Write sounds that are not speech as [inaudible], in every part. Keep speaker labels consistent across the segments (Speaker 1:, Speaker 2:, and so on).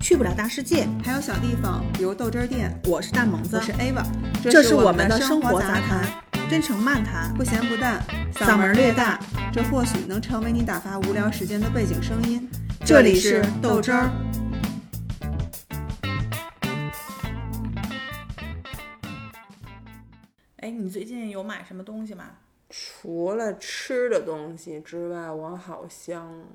Speaker 1: 去不了大世界。
Speaker 2: 还有小地方，比如豆汁儿店。
Speaker 1: 我是大萌子
Speaker 2: 我，是 Ava，
Speaker 1: 这是
Speaker 2: 我
Speaker 1: 我们的生活杂
Speaker 2: 谈，
Speaker 1: 谈，真诚漫谈，
Speaker 2: 不咸不淡，
Speaker 1: 嗓门略大。
Speaker 2: 这或许能成为你打发无聊时间的背景声音。
Speaker 1: 这里是豆汁儿。哎，你最近有买什么东西吗？
Speaker 3: 除了吃的东西之外，我好像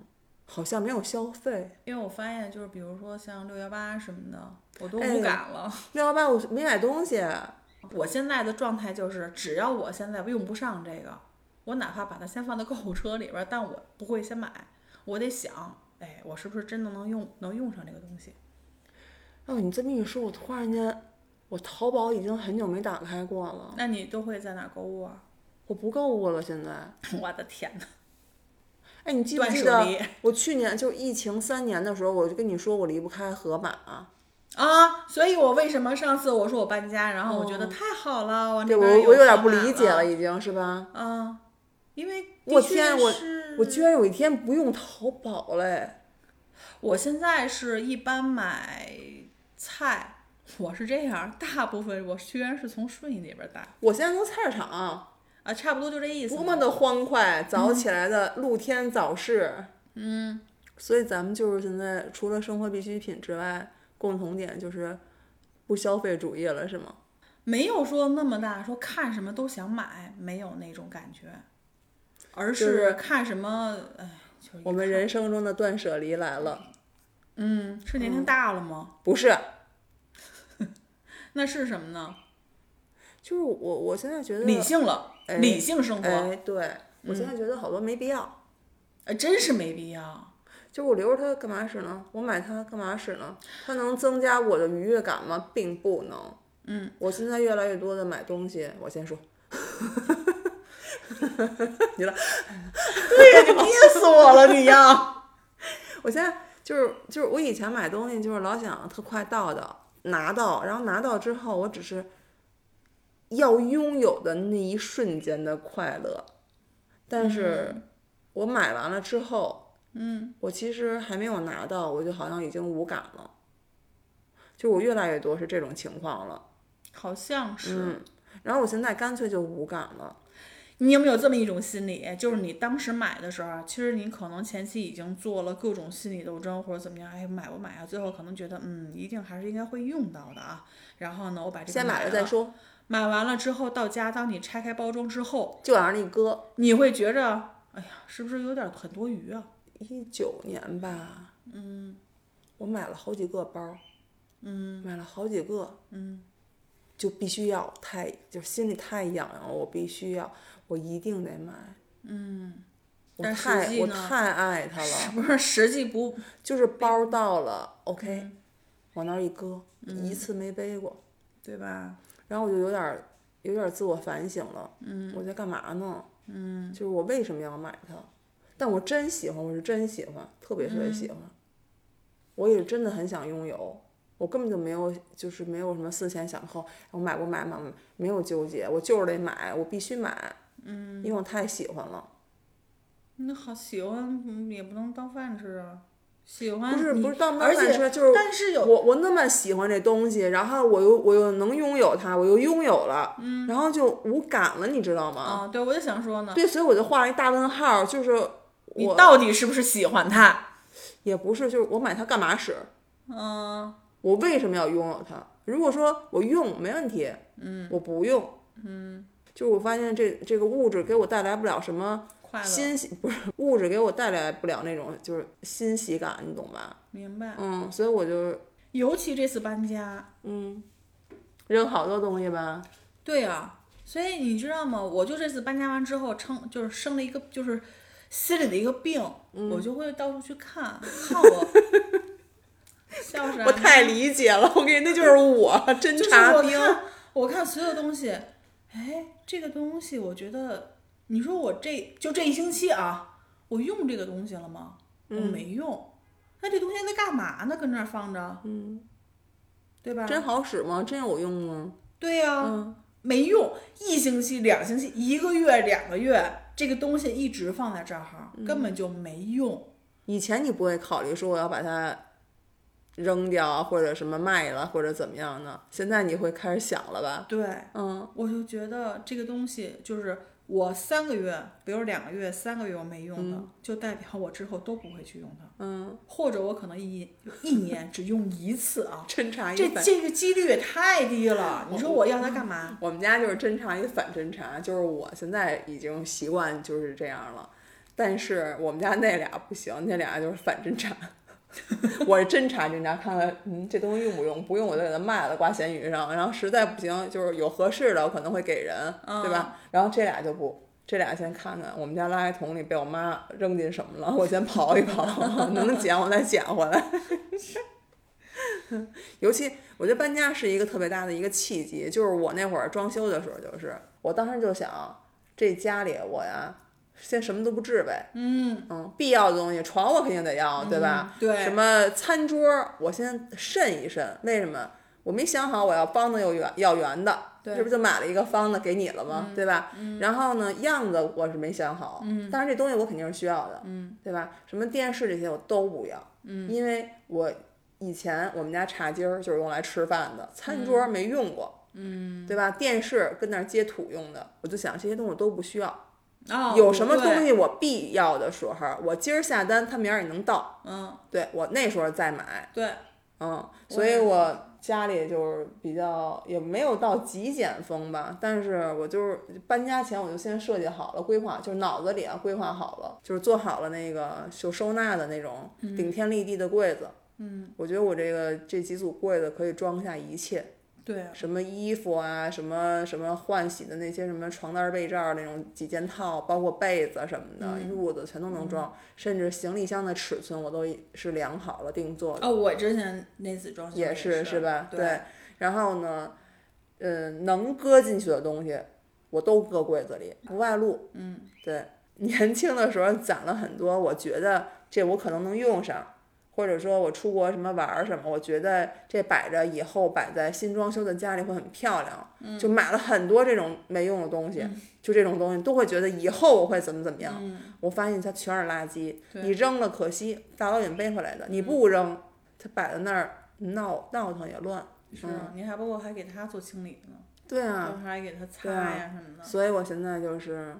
Speaker 3: 好像没有消费。
Speaker 1: 因为我发现，就是比如说像六幺八什么的，我都
Speaker 3: 哎
Speaker 1: 无感了。
Speaker 3: 六幺八我没买东西，哦
Speaker 1: 我现在的状态就是，只要我现在用不上这个，我哪怕把它先放到购物车里边儿，但我不会先买，我得想，哎，我是不是真的能用能用上这个东西？
Speaker 3: 哦，你这么一说，我突然间，我淘宝已经很久没打开过了，
Speaker 1: 那你都会在哪儿购物啊？ [laughs]
Speaker 3: 我不购物了。现在，
Speaker 1: 我的天哪！
Speaker 3: 哎，你记不记
Speaker 1: 断
Speaker 3: 得
Speaker 1: 舍离
Speaker 3: 我去年就疫情三年的时候，我就跟你说我离不开盒马，
Speaker 1: 啊，所以我为什么上次我说我搬家，然后我觉得太好了，往
Speaker 3: 嗯对
Speaker 1: 这
Speaker 3: 我
Speaker 1: 边
Speaker 3: 我有
Speaker 1: 有
Speaker 3: 点
Speaker 1: 盒
Speaker 3: 不
Speaker 1: 马
Speaker 3: 理解
Speaker 1: 了
Speaker 3: 了，已经是吧？
Speaker 1: 啊，因为的
Speaker 3: 我
Speaker 1: 确
Speaker 3: 天，我
Speaker 1: 是
Speaker 3: 我居然有一天不用淘宝哎嘞！
Speaker 1: 我现在是一般买菜，我是这样，大部分我居然是从顺义那边带
Speaker 3: 我现在都菜市场，
Speaker 1: 啊，差不多就这意思
Speaker 3: 多
Speaker 1: 嘛。
Speaker 3: 么的欢快！早起来的露天早市，嗯，所以咱们就是现在除了生活必需品之外，共同点就是不消费主义了，是吗？
Speaker 1: 没有说那么大，说看什么都想买，没有那种感觉，而
Speaker 3: 就是
Speaker 1: 看什么，哎，就是一
Speaker 3: 我们
Speaker 1: 看
Speaker 3: 人生中的断舍离来了，
Speaker 1: 嗯，是年龄大了吗？
Speaker 3: 不是，
Speaker 1: 那是什么呢？
Speaker 3: 就是我我现在觉得
Speaker 1: 理性了，
Speaker 3: 哎
Speaker 1: 理性生活，
Speaker 3: 哎，对我现在觉得好多没必要，
Speaker 1: 哎真是没必要。
Speaker 3: 就是我留着它干嘛使呢？我买它干嘛使呢？它能增加我的愉悦感吗？并不能。嗯，我现在越来越多的买东西，我先说，
Speaker 1: 对呀， [laughs] 你憋死我了，你
Speaker 2: [laughs]
Speaker 1: 要。
Speaker 3: 我现在就是就是我以前买东西就是老想特快到的拿到，然后拿到之后我只是要拥有的那一瞬间的快乐，但是我买完了之后，嗯，我其实还没有拿到，我就好像已经无感了，就我越来越多是这种情况了，
Speaker 1: 好像是。
Speaker 3: 嗯，然后我现在干脆就无感了，
Speaker 1: 你有没有这么一种心理，就是你当时买的时候啊，其实你可能前期已经做了各种心理斗争或者怎么样，哎，买不买啊？最后可能觉得，嗯，一定还是应该会用到的啊。然后呢，我把这个
Speaker 3: 先买
Speaker 1: 了
Speaker 3: 了再。说，
Speaker 1: 买完了之后到家，当你拆开包装之后，
Speaker 3: 就往那一搁，
Speaker 1: 你会觉着，哎呀，是不是有点很多余啊？
Speaker 3: 一九年吧，嗯，我买了好几个包，嗯，买了好几个，嗯，就必须要太，就心里太痒痒了，我必须要，我一定得买，嗯，我
Speaker 1: 但实
Speaker 3: 太
Speaker 1: 际
Speaker 3: 我
Speaker 1: 呢
Speaker 3: 太爱它
Speaker 1: 是
Speaker 3: 了，
Speaker 1: 不是实际不？
Speaker 3: 就是包到了，OK，、往
Speaker 1: 嗯
Speaker 3: 那儿一搁，一次没背过，
Speaker 1: 对吧？
Speaker 3: 然后我就有点儿有点儿自我反省了，嗯，我在干嘛呢？嗯，就是我为什么要买它？但我真喜欢，我是真喜欢，特别特别
Speaker 1: 嗯
Speaker 3: 喜欢，我也真的很想拥有。我根本就没有，就是没有什么思前想后，我买不买买不买，没有纠结，我就是得买，我必须买，嗯，因为我太喜欢了。
Speaker 1: 那好，喜欢嗯也不能当饭吃啊。喜欢
Speaker 3: 不是
Speaker 1: 你
Speaker 3: 不是当
Speaker 1: 而
Speaker 3: 饭
Speaker 1: 且
Speaker 3: 吃就是
Speaker 1: 但是有
Speaker 3: 我我那么喜欢这东西，然后我又我又能拥有它，我又拥有了，嗯，然后就无感了，你知道吗？
Speaker 1: 啊，对我就想说呢，
Speaker 3: 对，所以我就画了一大问号，就是
Speaker 1: 你
Speaker 3: 我嗯
Speaker 1: 到底是不是喜欢它？
Speaker 3: 也不是，就是我买它干嘛使？
Speaker 1: 嗯。
Speaker 3: 我为什么要拥有它？如果说我用没问题，嗯，我不用，嗯，就是我发现这这个物质给我带来不了什么
Speaker 1: 快乐，
Speaker 3: 欣喜，不是物质给我带来不了那种就是欣喜感，你懂吧？
Speaker 1: 明白。
Speaker 3: 嗯，所以我就
Speaker 1: 尤其这次搬家，
Speaker 3: 嗯扔好多东西吧，
Speaker 1: 对啊，所以你知道吗？我就这次搬家完之后，称就是生了一个就是心里的一个病，
Speaker 3: 嗯
Speaker 1: 我就会到处去
Speaker 3: [laughs]
Speaker 1: 看，看我 [laughs] 笑啥呢？
Speaker 3: 我太理解了，我跟你那就是我 [laughs] 侦
Speaker 1: 就是
Speaker 3: 察
Speaker 1: 我
Speaker 3: 兵，
Speaker 1: 看我看所有东西，哎，这个东西我觉得，你说我这就这一星期啊，我用这个东西了吗？我没用，那这东西在干嘛呢？跟那儿放着，嗯，对吧？
Speaker 3: 真好使吗？真有用吗？
Speaker 1: 对呀、没用，一星期、两星期、一个月、两个月，这个东西一直放在这儿哈，根本就没用。
Speaker 3: 以前你不会考虑说我要把它扔掉啊或者什么卖了或者怎么样呢？现在你会开始想了吧？
Speaker 1: 对，
Speaker 3: 嗯
Speaker 1: 我就觉得这个东西就是我三个月，比如两个月、三个月我没用的，就代表我之后都不会去用它，
Speaker 3: 嗯，，
Speaker 1: 或者我可能一一年只用一次啊
Speaker 3: 侦查
Speaker 1: 这
Speaker 3: 一反，
Speaker 1: 这个几率也太低了。你说我要它干嘛？
Speaker 3: 我们家就是侦查一反侦查，就是我现在已经习惯就是这样了。但是我们家那俩不行，那俩就是反侦查。 [laughs] 我是侦查侦查，看看嗯这东西用不用，不用我就给它卖了，挂闲鱼上。然后实在不行，就是有合适的我可能会给人，对吧？然后这俩就不，这俩先看看我们家垃圾桶里被我妈扔进什么了，我先刨一 [laughs] 刨，能捡我再捡回来。尤其我觉得搬家是一个特别大的一个契机，就是我那会儿装修的时候，就是我当时就想，这家里我呀，先什么都不置呗，
Speaker 1: 嗯，
Speaker 3: 嗯，必要的东西，床我肯定得要，对吧？
Speaker 1: 嗯？对，
Speaker 3: 什么餐桌，我先慎一慎。为什么？我没想好我要方的又圆要圆的，
Speaker 1: 对嗯
Speaker 3: 这不就买了一个方的给你了吗？对吧？然后呢，样子我是没想好，嗯，但是这东西我肯定是需要的，嗯，对吧？什么电视这些我都不要，嗯，因为我以前我们家茶几儿就是用来吃饭的，餐桌没用过。嗯，对吧？电视跟那儿接土用的，我就想这些东西我都不需要。
Speaker 1: 哦
Speaker 3: 有什么东
Speaker 1: 对
Speaker 3: 西我必要的时候，我今儿下单，它明儿也能到。
Speaker 1: 嗯，
Speaker 3: 对我那时候再买，
Speaker 1: 对，
Speaker 3: 嗯，
Speaker 1: 也
Speaker 3: 所以我家里就是比较也没有到极简风吧，但是我就是搬家前我就先设计好了规划，就是脑子里啊规划好了，就是做好了那个就收纳的那种顶天立地的柜子。嗯，我觉得我这个这几组柜子可以装下一切，
Speaker 1: 对，
Speaker 3: 什么衣服啊，什么什么换洗的那些什么床单、被罩儿那种几件套，包括被子什么的、褥子全都能装，甚至行李箱的尺寸我都是量好了定做的，
Speaker 1: 哦，我之前那次装修
Speaker 3: 也
Speaker 1: 是
Speaker 3: 是是吧？
Speaker 1: 对，
Speaker 3: 然后呢，呃，能搁进去的东西我都搁柜子里，不外露。
Speaker 1: 嗯，
Speaker 3: 对， [laughs] 年轻的时候攒了很多，我觉得这我可能能用上。或者说我出国什么玩儿什么，我觉得这摆着以后摆在新装修的家里会很漂亮，
Speaker 1: 嗯
Speaker 3: 就买了很多这种没用的东西，就这种东西都会觉得以后我会怎么怎么样。我发现它全是垃圾，
Speaker 1: 嗯对嗯
Speaker 3: 你扔了可惜，大老远背回来的，你不扔，它摆在那儿闹闹腾也乱。
Speaker 1: 是
Speaker 3: 嗯
Speaker 1: 你还包括还给他做清理呢，
Speaker 3: 对
Speaker 1: 然
Speaker 3: 啊，
Speaker 1: 后还给他擦
Speaker 3: 对啊
Speaker 1: 呀什么的，
Speaker 3: 所以我现在就是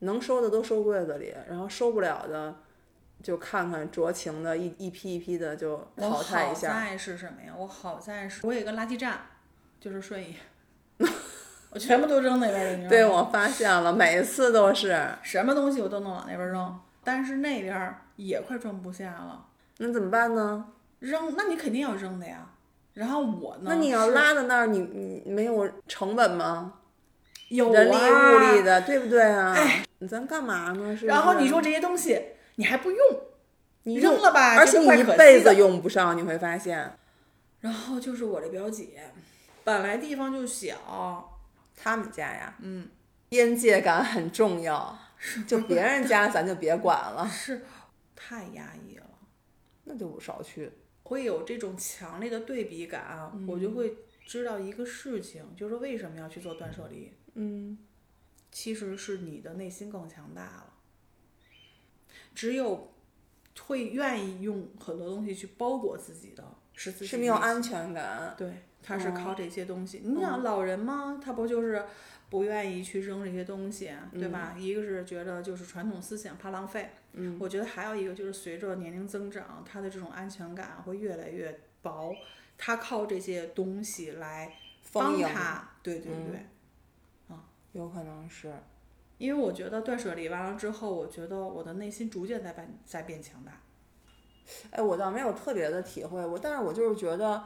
Speaker 3: 能收的都收柜子里，然后收不了的就看看酌情的一一批一批的就
Speaker 1: 我
Speaker 3: 淘汰一下。
Speaker 1: 好在是什么呀？我好在是，我有一个垃圾站，就是顺义， [laughs] 我全部都扔那边儿了，你知道吗？
Speaker 3: 对，我发现了，每次都是。
Speaker 1: 什么东西我都能往那边儿扔，但是那边儿也快装不下了，
Speaker 3: 那怎么办呢？
Speaker 1: 扔，那你肯定要扔的呀。然后我呢？
Speaker 3: 那你要
Speaker 1: 嗯是
Speaker 3: 拉在那儿，你你你没有成本吗？
Speaker 1: 有
Speaker 3: 人力
Speaker 1: 啊哎
Speaker 3: 物力的，对不对啊？咱干嘛呢？是不
Speaker 1: 然后你
Speaker 3: 是
Speaker 1: 说哎这些东西你还不用，
Speaker 3: 你
Speaker 1: 扔
Speaker 3: 用，
Speaker 1: 了吧，
Speaker 3: 而
Speaker 1: 觉
Speaker 3: 且
Speaker 1: 得
Speaker 3: 你
Speaker 1: 怪
Speaker 3: 一
Speaker 1: 可惜
Speaker 3: 辈
Speaker 1: 的
Speaker 3: 子用不上，你会发现
Speaker 1: 然后就是我这表姐，本来地方就小，
Speaker 3: 他们家呀，
Speaker 1: 嗯，
Speaker 3: 边界感很重要，就别人家咱就别管
Speaker 1: [laughs]
Speaker 3: 了，
Speaker 1: 是太压抑了。
Speaker 3: 那就少去。
Speaker 1: 会有这种强烈的对比感啊，我
Speaker 3: 嗯
Speaker 1: 就会知道一个事情，就是为什么要去做断舍离，
Speaker 3: 嗯，
Speaker 1: 其实是你的内心更强大了。只有会愿意用很多东西去包裹自己的，是自己
Speaker 3: 是没有
Speaker 1: 内
Speaker 3: 安全感。
Speaker 1: 对，他是靠这些东西。你想老人嘛，他不就是不愿意去扔这些东西，对吧？一个是觉得就是传统思想怕浪费，嗯，我觉得还有一个就是随着年龄增长，他的这种安全感会越来越薄，他靠这些东西来
Speaker 3: 丰
Speaker 1: 帮
Speaker 3: 盈
Speaker 1: 他，对对对。
Speaker 3: 有可能是，
Speaker 1: 因为我觉得断舍离完了之后，我觉得我的内心逐渐在变在变强大。
Speaker 3: 哎，我倒没有特别的体会，我但是我就是觉得，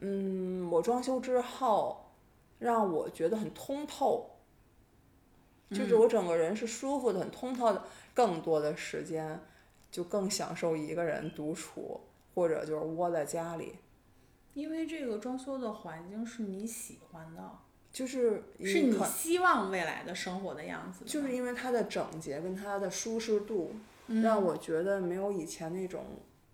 Speaker 3: 嗯，我装修之后，让我觉得很通透，就是
Speaker 1: 嗯
Speaker 3: 我整个人是舒服的、很通透的，更多的时间就更享受一个人独处，或者就是窝在家里，
Speaker 1: 因为这个装修的环境是你喜欢的，
Speaker 3: 就是
Speaker 1: 是你
Speaker 3: 可
Speaker 1: 希望未来的生活的样子的
Speaker 3: 就
Speaker 1: 吗
Speaker 3: 是因为它的整洁跟它的舒适度，
Speaker 1: 嗯
Speaker 3: 让我觉得没有以前那种，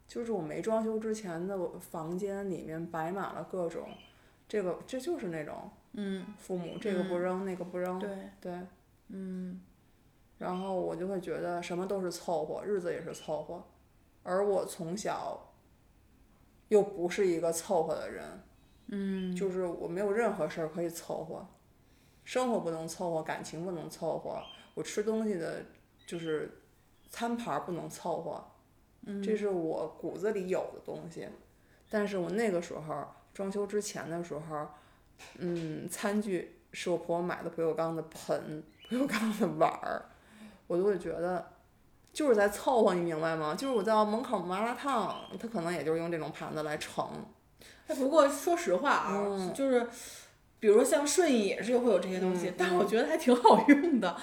Speaker 3: 就是我没装修之前的我房间里面摆满了各种，这个这就是那种
Speaker 1: 嗯，
Speaker 3: 父母这个不扔、那个不扔，
Speaker 1: 对，
Speaker 3: 对，嗯，然后我就会觉得什么都是凑合，日子也是凑合，而我从小又不是一个凑合的人，嗯，就是我没有任何事儿可以凑合，生活不能凑合，感情不能凑合，我吃东西的，就是餐盘儿不能凑合，这是我骨子里有的东西。但是我那个时候装修之前的时候，嗯，餐具是我婆婆买的不锈钢的盆、不锈钢的碗儿，我就会觉得就是在凑合，你明白吗？就是我到门口麻辣烫，他可能也就是用这种盘子来盛。
Speaker 1: 哎，不过说实话啊，
Speaker 3: 嗯
Speaker 1: 就是比如说像顺义也是会有这些东西，
Speaker 3: 嗯
Speaker 1: 但我觉得还挺好用的。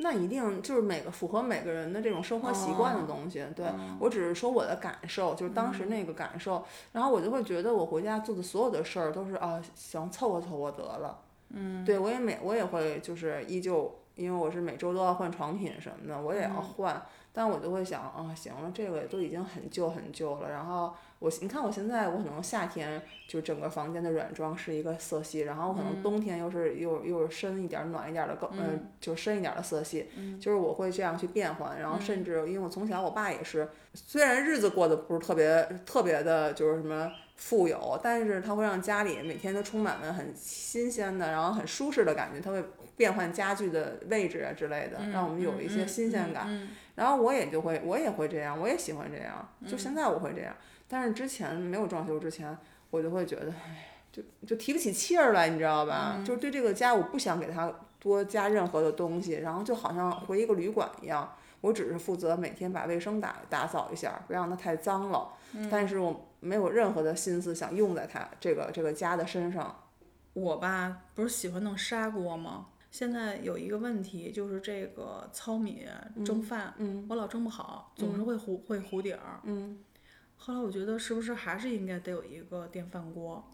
Speaker 3: 那一定就是每个符合每个人的这种生活习惯的东西。对我只是说我的感受，就是当时那个感受，然后我就会觉得我回家做的所有的事儿都是啊，行，凑合凑合得了。嗯，对我也每我也会就是依旧，因为我是每周都要换床品什么的，我也要换，但我就会想啊，行了，这个都已经很旧很旧了。然后我你看我现在我可能夏天就整个房间的软装是一个色系，然后可能冬天又是、又又是深一点儿暖一点儿的更嗯、呃就是深一点儿的色系，就是我会这样去变换，然后甚至因为我从小我爸也是，虽然日子过得不是特别特别的，就是什么富有，但是他会让家里每天都充满了很新鲜的，然后很舒适的感觉，他会变换家具的位置啊之类的，让我们有一些新鲜感。然后我也就会，我也会这样，我也喜欢这样，就现在我会这样，但是之前没有装修之前，我就会觉得，唉，就就提不起气儿来，你知道吧？就是对这个家，我不想给他多加任何的东西，然后就好像回一个旅馆一样，我只是负责每天把卫生打打扫一下，不让它太脏了，但是我没有任何的心思想用在它这个这个家的身上。
Speaker 1: 我吧，不是喜欢弄砂锅吗？现在有一个问题就是这个糙米蒸饭，
Speaker 3: 嗯
Speaker 1: 我老蒸不好，总是会糊、会糊底儿。
Speaker 3: 嗯，
Speaker 1: 后来我觉得是不是还是应该得有一个电饭锅？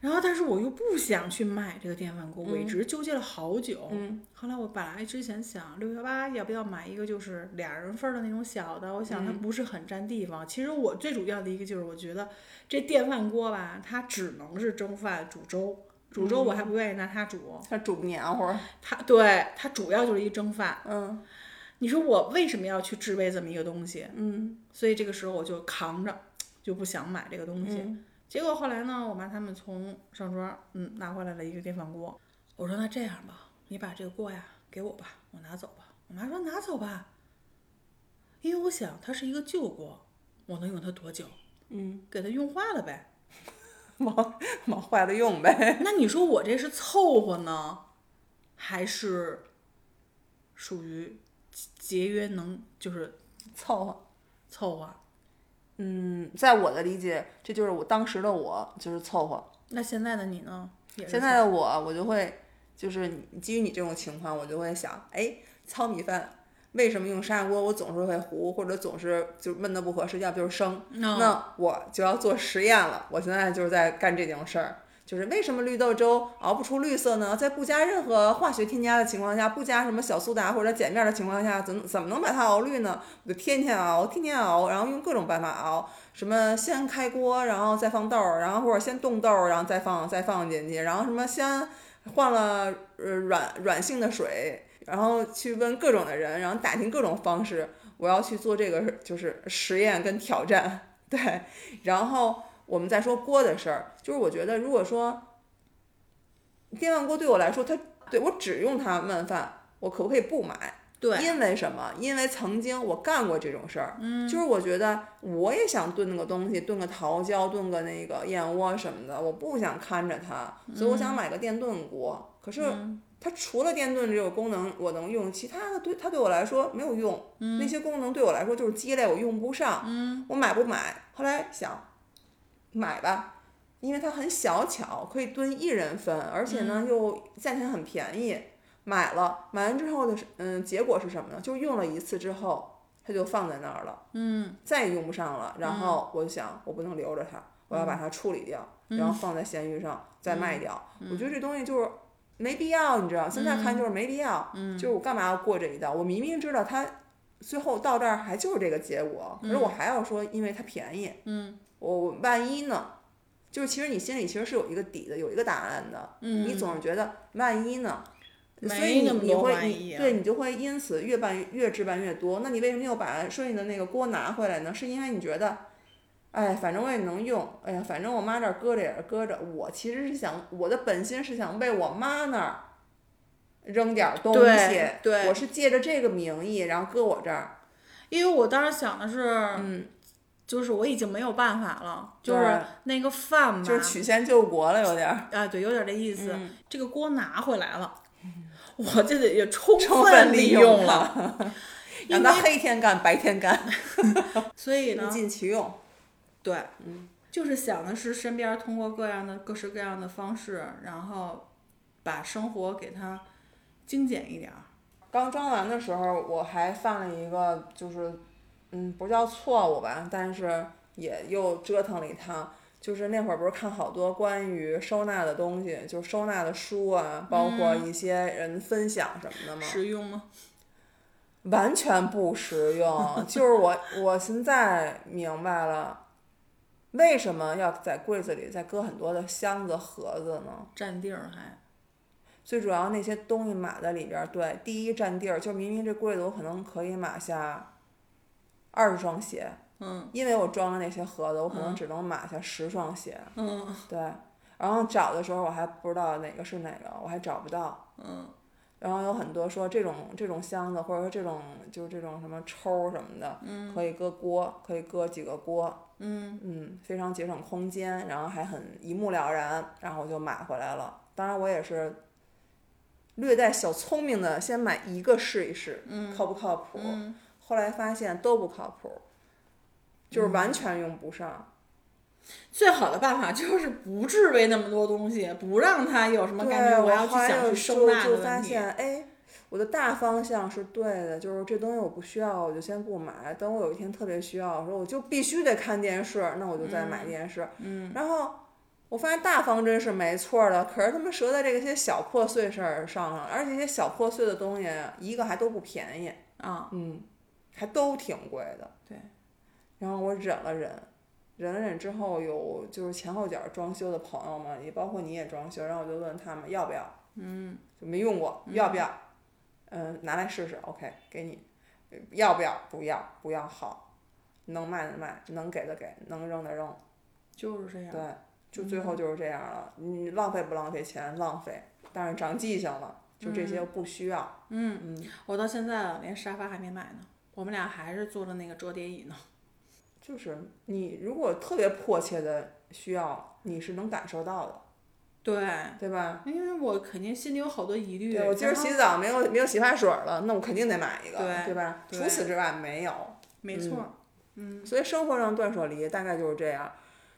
Speaker 1: 然后，但是我又不想去买这个电饭锅，我一直纠结了好久。
Speaker 3: 嗯
Speaker 1: 后来我本来之前想六幺八要不要买一个就是俩人份儿的那种小的，我
Speaker 3: 嗯
Speaker 1: 想它不是很占地方。其实我最主要的一个就是我觉得这电饭锅吧，它只能是蒸饭煮粥，煮粥我还不愿意拿它煮，
Speaker 3: 它煮不
Speaker 2: 啊
Speaker 3: 黏糊。
Speaker 1: 它对它主要就是一蒸饭。
Speaker 3: 嗯
Speaker 1: 你说我为什么要去制备这么一个东西？
Speaker 3: 嗯
Speaker 1: 所以这个时候我就扛着，就不想买这个东西。
Speaker 3: 嗯
Speaker 1: 结果后来呢，我妈他们从上庄，嗯，拿回来了一个电饭锅。我说那这样吧，你把这个锅呀给我吧，我拿走吧。我妈说拿走吧，因为我想它是一个旧锅，我能用它多久？
Speaker 3: 嗯，
Speaker 1: 给它用坏了呗。
Speaker 3: [laughs] 往往坏了用呗。
Speaker 1: [laughs] 那你说我这是凑合呢，还是属于节节约能就是
Speaker 3: 凑合。
Speaker 1: 凑合？啊
Speaker 3: 嗯，在我的理解，这就是我当时的我，就是凑合。
Speaker 1: 那现在的你呢？
Speaker 2: 嗯
Speaker 1: 也是
Speaker 3: 现在的我，我就会就是你基于你这种情况，我就会想，哎，糙米饭为什么用砂锅？我总是会糊，或者总是就焖的不合适，要不就是生。
Speaker 1: No
Speaker 3: 那我就要做实验了。我现在就是在干这件事儿。就是为什么绿豆粥熬不出绿色呢？在不加任何化学添加的情况下，不加什么小苏打或者碱面的情况下，怎怎么能把它熬绿呢？我就天天熬，天天熬，然后用各种办法熬，什么先开锅，然后再放豆儿，然后或者先冻豆儿，然后再放再放进去，然后什么先换了呃软软性的水，然后去问各种的人，然后打听各种方式，我要去做这个就是实验跟挑战，对，然后我们再说锅的事儿，就是我觉得如果说电饭锅对我来说，它对我只用它焖饭，我可不可以不买？
Speaker 1: 对，
Speaker 3: 因为什么？因为曾经我干过这种事儿，就是我觉得我也想炖个东西，炖个桃胶，炖个那个燕窝什么的，我不想看着它，所以我想买个电炖锅。可是它除了电炖这个功能我能用，其他的对它对我来说没有用，那些功能对我来说就是鸡肋，我用不上，我买不买？后来想，买吧。因为它很小巧，可以炖一人份，而且呢又价钱很便宜，买了，买完之后的是嗯，结果是什么呢？就用了一次之后，它就放在那儿了，嗯，再也用不上了。然后我就想，我不能留着它，我要把它处理掉，然后放在闲鱼上再卖掉。我觉得这东西就是没必要，你知道，现在看就是没必要，就是我干嘛要过这一道？我明明知道它最后到这儿还就是这个结果，可是我还要说，因为它便宜，嗯，我我万一呢？就是其实你心里其实是有一个底的，有一个答案的，嗯，你总是觉得万一呢？所
Speaker 1: 没
Speaker 3: 以你
Speaker 1: 那么
Speaker 3: 你
Speaker 1: 多
Speaker 3: 会
Speaker 1: 怀
Speaker 3: 你
Speaker 1: 疑
Speaker 3: 对你就会因此越办越置办越多。那你为什么又把顺义的那个锅拿回来呢？是因为你觉得哎，反正我也能用，哎呀，反正我妈这儿搁着也是搁着。我其实是想，我的本心是想为我妈那儿扔点儿东西
Speaker 1: 对，对
Speaker 3: 我是借着这个名义，然后搁我这儿，
Speaker 1: 因为我当时想的是，
Speaker 3: 嗯，
Speaker 1: 就是我已经没有办法了，就是
Speaker 3: 对
Speaker 1: 那个饭嘛，
Speaker 3: 就是嗯曲线救国了，有点儿
Speaker 1: 啊，对，有点这意思。这个锅拿回来了，我这得也充
Speaker 3: 充
Speaker 1: 分
Speaker 3: 利
Speaker 1: 用了。
Speaker 3: 了，
Speaker 1: 因
Speaker 3: 让他
Speaker 1: 为啊
Speaker 3: 黑天干白天干，
Speaker 1: 所以
Speaker 3: 物
Speaker 1: 呢，
Speaker 3: 尽其用。
Speaker 1: 对，
Speaker 3: 嗯
Speaker 1: 就是想的是身边儿通过各样的各式各样的方式，然后把生活给它精简一点儿。
Speaker 3: 刚装完的时候，我还犯了一个，就是，嗯，不叫错误吧，但是也又折腾了一趟。就是那会儿不是看好多关于收纳的东西，就收纳的书啊，包括一些人分享什么的吗？
Speaker 1: 实用吗？
Speaker 3: 完全不实用。就是我，我现在明白了，为什么要在柜子里再搁很多的箱子、盒子呢？
Speaker 1: 占地儿还
Speaker 3: 最主要那些东西码在里边儿，对，第一占地儿，就明明这柜子我可能可以码下二十双鞋，
Speaker 1: 嗯
Speaker 3: 因为我装了那些盒子，我可能
Speaker 1: 嗯
Speaker 3: 只能码下十双鞋，
Speaker 1: 嗯
Speaker 3: 对。然后找的时候我还不知道哪个是哪个，我还找不到。
Speaker 1: 嗯
Speaker 3: 然后有很多说这种这种箱子，或者说这种就是这种什么抽儿什么的，
Speaker 1: 嗯
Speaker 3: 可以搁锅，可以搁几个锅，
Speaker 1: 嗯，
Speaker 3: 嗯，非常节省空间，然后还很一目了然，然后我就买回来了。当然，我也是略带小聪明的，先买一个试一试，
Speaker 1: 嗯
Speaker 3: 靠不靠谱？
Speaker 1: 嗯
Speaker 3: 后来发现都不靠谱，就是
Speaker 1: 嗯
Speaker 3: 完全用不上。
Speaker 1: 最好的办法就是不置备那么多东西，不让它有什么感
Speaker 3: 对，
Speaker 1: 觉我要
Speaker 3: 我
Speaker 1: 去
Speaker 3: 后来
Speaker 1: 想
Speaker 3: 有
Speaker 1: 去
Speaker 3: 时
Speaker 1: 收
Speaker 3: 候
Speaker 1: 纳的
Speaker 3: 就发
Speaker 1: 问题。
Speaker 3: 现，哎，我的大方向是对的，就是这东西我不需要，我就先不买。等我有一天特别需要，我说我就必须得看电视，那我就再买电视。
Speaker 1: 嗯，
Speaker 3: 然后我发现大方针是没错的，可是他们折在这个些小破碎事儿上了，而且这些小破碎的东西一个还都不便宜，
Speaker 1: 啊，
Speaker 3: 嗯，还都挺贵的。
Speaker 1: 对。
Speaker 3: 然后我忍了忍，忍了忍之后有就是前后脚装修的朋友们，也包括你也装修，然后我就问他们要不要，嗯，就没用过，要不要？嗯、拿来试试，OK，给你。呃要不要？不要，不要好，能卖的卖，能给的给，能扔的扔。
Speaker 1: 就是这样。
Speaker 3: 对，就最后就是这样了。你浪费不浪费钱？浪费，但是长记性了，就这些不需要。
Speaker 1: 嗯，
Speaker 3: 嗯，
Speaker 1: 我到现在啊连沙发还没买呢，我们俩还是坐着那个折叠椅呢。
Speaker 3: 就是你如果特别迫切的需要，你是能感受到的，
Speaker 1: 对，
Speaker 3: 对吧？
Speaker 1: 因为我肯定心里有好多疑虑。
Speaker 3: 嗯对，我今儿
Speaker 1: 然后
Speaker 3: 洗澡没有没有洗发水了，那我肯定得买一个，
Speaker 1: 对
Speaker 3: 吧？
Speaker 1: 对嗯
Speaker 3: 除此之外没有。
Speaker 1: 没错儿，
Speaker 3: 所以生活上断舍离大概就是这样。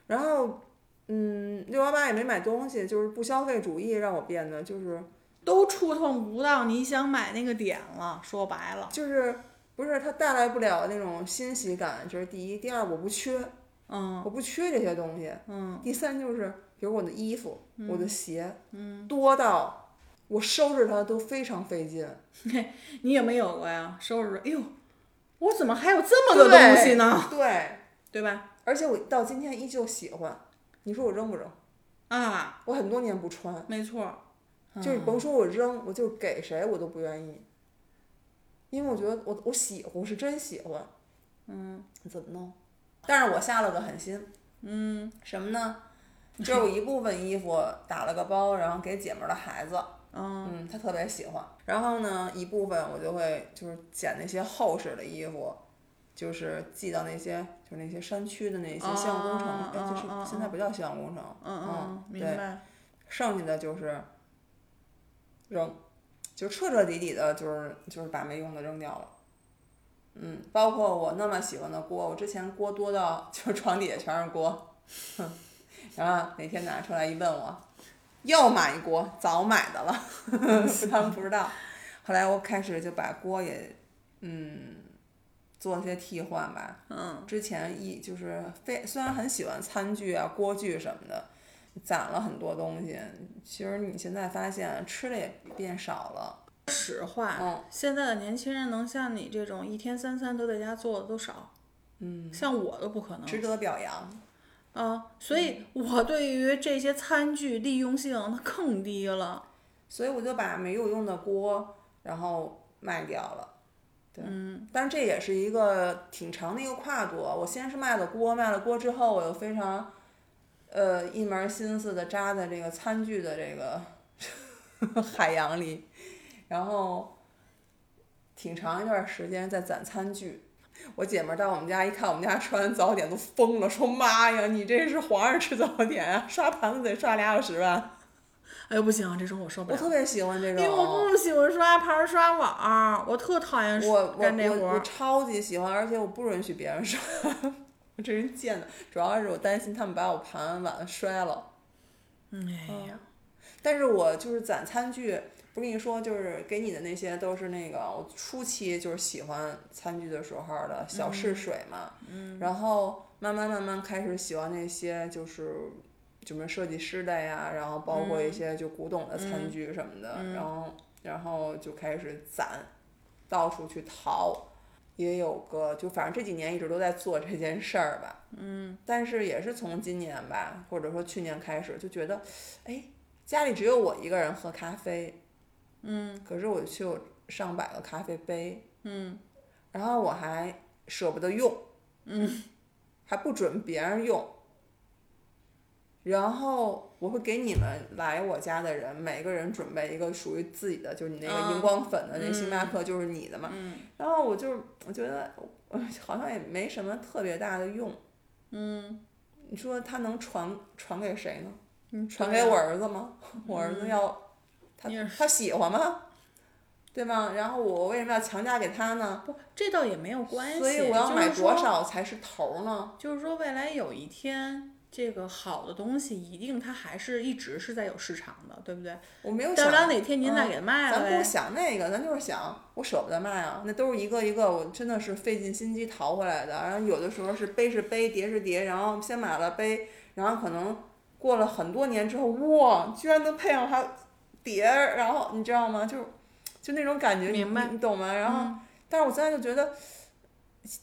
Speaker 3: 然后，嗯，六幺八也没买东西，就是不消费主义让我变得就是
Speaker 1: 都触碰不到你想买那个点了。说白了，
Speaker 3: 就是不是它带来不了那种欣喜感，这是第一。第二，我不缺，
Speaker 1: 嗯
Speaker 3: 我不缺这些东西。
Speaker 1: 嗯
Speaker 3: 第三就是，比如我的衣服、我的鞋，
Speaker 1: 嗯
Speaker 3: 多到我收拾它都非常费劲。
Speaker 1: 你有没有过呀？收拾着，哎呦，我怎么还有这么多东西呢？
Speaker 3: 对，
Speaker 1: 对吧？
Speaker 3: 而且我到今天依旧喜欢。你说我扔不扔？
Speaker 1: 啊，
Speaker 3: 我很多年不穿，
Speaker 1: 没错儿，
Speaker 3: 就是甭说我扔，我就给谁我都不愿意，因为我觉得我我喜欢，我是真喜欢。嗯，怎么弄？但是我下了个狠心。嗯，什么呢？就是我一部分衣服打了个包，然后给姐们儿的孩子。
Speaker 1: 嗯
Speaker 3: 嗯，他特别喜欢。然后呢，一部分我就会就是捡那些厚实的衣服，就是寄到那些就是那些山区的那些希望工程，
Speaker 1: 啊
Speaker 3: 哎，就
Speaker 1: 啊啊
Speaker 3: 是现在不叫希望工程，
Speaker 1: 嗯，明
Speaker 3: 对，
Speaker 1: 白。
Speaker 3: 剩下的就是扔，就彻彻底底的，就是就是把没用的扔掉了。嗯，包括我那么喜欢的锅，我之前锅多到就是床底下全是锅，哼然后哪天拿出来一问我，又买一锅，早买的了， [laughs] 他们不知道。后来我开始就把锅也，嗯，做些替换吧。
Speaker 1: 嗯，
Speaker 3: 之前一就是非虽然很喜欢餐具啊、锅具什么的，攒了很多东西。其实你现在发现吃的也变少了，
Speaker 1: 实话，
Speaker 3: 嗯
Speaker 1: 现在的年轻人能像你这种一天三餐都在家做的都少，
Speaker 3: 嗯，
Speaker 1: 像我都不可能。
Speaker 3: 值得表扬。
Speaker 1: 啊，所以我对于这些餐具利用性它更低了。
Speaker 3: 所以我就把没有用的锅然后卖掉了，
Speaker 1: 嗯
Speaker 3: 但是这也是一个挺长的一个跨度。啊我先是卖了锅，卖了锅之后，我又非常，呃，一门心思的扎在这个餐具的这个 [laughs] 海洋里，然后挺长一段时间在攒餐具。我姐们儿到我们家一看，我们家吃完早点都疯了，说：“妈呀，你这是皇上吃早点啊，刷盘子得刷俩小时吧
Speaker 1: 哎呦不行，这种我受！”不
Speaker 3: 我
Speaker 1: 了。
Speaker 3: 特别喜欢这
Speaker 1: 因
Speaker 3: 种。
Speaker 1: 为我不喜欢刷盘儿刷碗儿，我特讨厌
Speaker 3: 哦我我
Speaker 1: 干这活
Speaker 3: 我我
Speaker 1: 儿。
Speaker 3: 超级喜欢，而且我不允许别人刷， [laughs] 我这人贱的，主要是我担心他们把我盘碗摔了。
Speaker 1: 嗯哎呀，
Speaker 3: 但是我就是攒餐具，不是跟你说，就是给你的那些都是那个我初期就是喜欢餐具的时候的小试水嘛，嗯，然后慢慢慢慢开始喜欢那些就是。什么设计师的呀，然后包括一些就古董的餐具什么的，然后然后就开始攒，到处去淘，也有个就反正这几年一直都在做这件事儿吧，嗯，但是也是从今年吧，或者说去年开始就觉得，哎，家里只有我一个人喝咖啡，嗯，可是我却有上百个咖啡杯，嗯，然后我还舍不得用，嗯，还不准别人用，然后我会给你们来我家的人每个人准备一个属于自己的，就是你那个荧光粉的那星巴克就是你的嘛，嗯、然后我就我觉得呃好像也没什么特别大的用，嗯，你说它能传传给谁呢？
Speaker 1: 嗯
Speaker 3: 传给我儿子吗？ [laughs] 我儿子要、他
Speaker 1: 你也
Speaker 3: 他喜欢吗？对吗？然后我为什么要强加给他呢？
Speaker 1: 不，这倒也没有关系。
Speaker 3: 所以我
Speaker 1: 哎
Speaker 3: 要
Speaker 1: 就是
Speaker 3: 买多
Speaker 1: 说
Speaker 3: 少才是头儿呢？
Speaker 1: 就是说，未来有一天，这个好的东西一定它还是一直是在有市场的，对不对？
Speaker 3: 我没有
Speaker 1: 到
Speaker 3: 想嗯
Speaker 1: 不了哪天您再给卖了
Speaker 3: 咱不
Speaker 1: 呗。
Speaker 3: 想那个，咱就是想我舍不得卖啊，那都是一个一个，我真的是费尽心机淘回来的。然后有的时候是杯是杯，碟是碟，然后先买了杯，然后可能过了很多年之后，哇，居然能配上它碟儿，然后你知道吗？就是就那种感觉，你
Speaker 1: 明白
Speaker 3: 你懂吗？然后，但是我现在就觉得。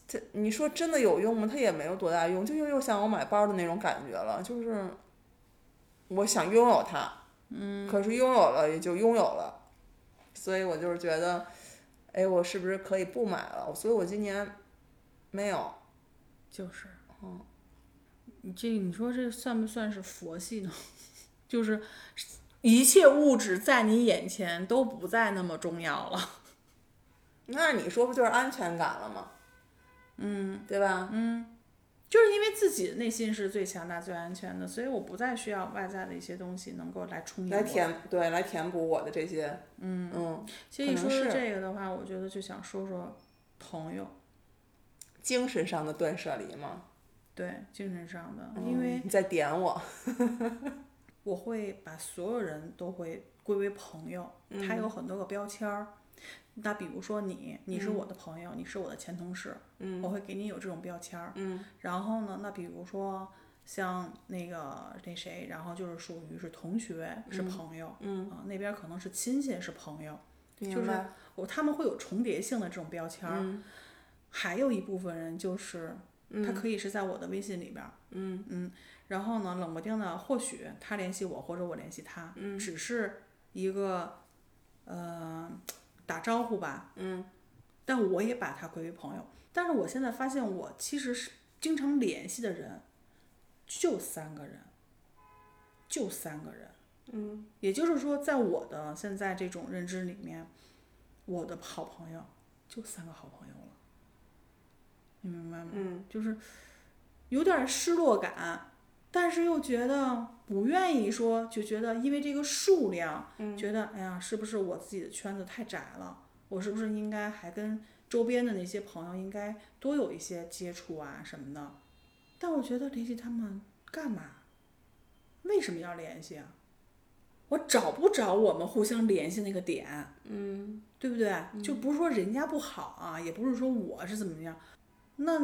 Speaker 3: 这你说真的有用吗？它也没有多大用，就又又像我买包的那种感觉了，就是我想拥有它，嗯，可是拥有了也就拥有了，所以我就是觉得，哎，我是不是可以不买了？所以我今年没有，
Speaker 1: 就是，嗯，你这你说这算不算是佛系呢？ [laughs] 就是一切物质在你眼前都不再那么重要了。
Speaker 3: 那你说不就是安全感了吗？嗯，对吧？
Speaker 1: 就是因为自己的内心是最强大、最安全的，所以我不再需要外在的一些东西能够来充盈
Speaker 3: 来
Speaker 1: 我。
Speaker 3: 填对，来填补我的这些，嗯嗯，
Speaker 1: 其实一
Speaker 3: 可能
Speaker 1: 说到
Speaker 3: 是
Speaker 1: 这个的话，我觉得就想说说朋友，
Speaker 3: 精神上的断舍离嘛。嗯
Speaker 1: 对精神上的，因为
Speaker 3: 你在点我，
Speaker 1: 我会把所有人都会归为朋友，他有很多个标签儿。那比如说你，你是我的朋友，你是我的前同事，我会给你有这种标签儿。然后呢，那比如说像那个那谁，然后就是属于是同学，是朋友，啊，那边可能是亲戚，是朋友，就
Speaker 3: 明
Speaker 1: 是
Speaker 3: 白
Speaker 1: 我他们会有重叠性的这种标签儿。还有一部分人就是，他可以是在我的微信里边，嗯嗯，然后呢，冷不丁的，或许他联系我，或者我联系他，嗯，只是一个呃打招呼吧，嗯，但我也把他归为朋友。但是我现在发现，我其实是经常联系的人就三个人，就三个人，嗯，也就是说，在我的现在这种认知里面，我的好朋友就三个好朋友了，你明白吗？嗯，就是有点失落感，但是又觉得不愿意说，就觉得因为这个数量，觉得哎呀，是不是我自己的圈子太窄了？我是不是应该还跟周边的那些朋友应该多有一些接触啊什么的？但我觉得联系他们干嘛？为什么要联系啊？我找不着我们互相联系那个点，嗯， [laughs] 对不对？就不是说人家不好啊，也不是说我是怎么样，那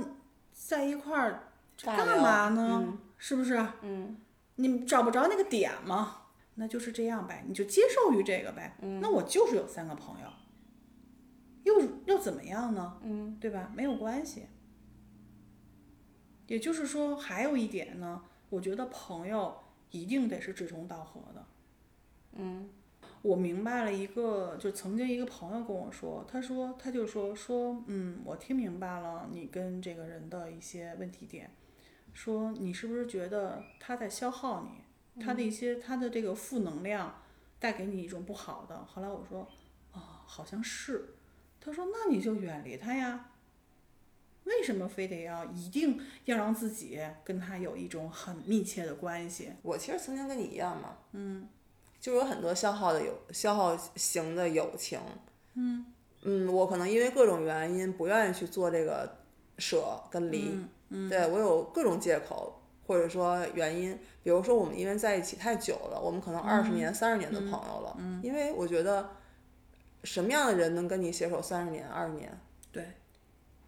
Speaker 1: 在一块儿
Speaker 3: 尬
Speaker 1: 干
Speaker 3: 聊
Speaker 1: 嘛呢？是不是？嗯，你找不着那个点嘛，那就是这样呗，你就接受于这个呗。那我就是有三个朋友，又又怎么样呢？嗯，对吧？没有关系。也就是说，还有一点呢，我觉得朋友一定得是志同道合的。嗯，我明白了一个，就曾经一个朋友跟我说，他说他就说说，嗯，我听明白了你跟这个人的一些问题点，说你是不是觉得他在消耗你，他的
Speaker 3: 嗯
Speaker 1: 一些、他的这个负能量带给你一种不好的。后来我说，啊、好像是。他说那你就远离他呀，为什么非得要一定要让自己跟他有一种很密切的关系？
Speaker 3: 我其实曾经跟你一样嘛，嗯，就有很多消耗的友消耗型的友情，嗯我可能因为各种原因不愿意去做这个舍跟离，嗯，对我有各种借口或者说原因，比如说我们因为在一起太久了，我们可能二十年、三十、年的朋友了，嗯，因为我觉得什么样的人能跟你携手三十年、二十年？
Speaker 1: 对，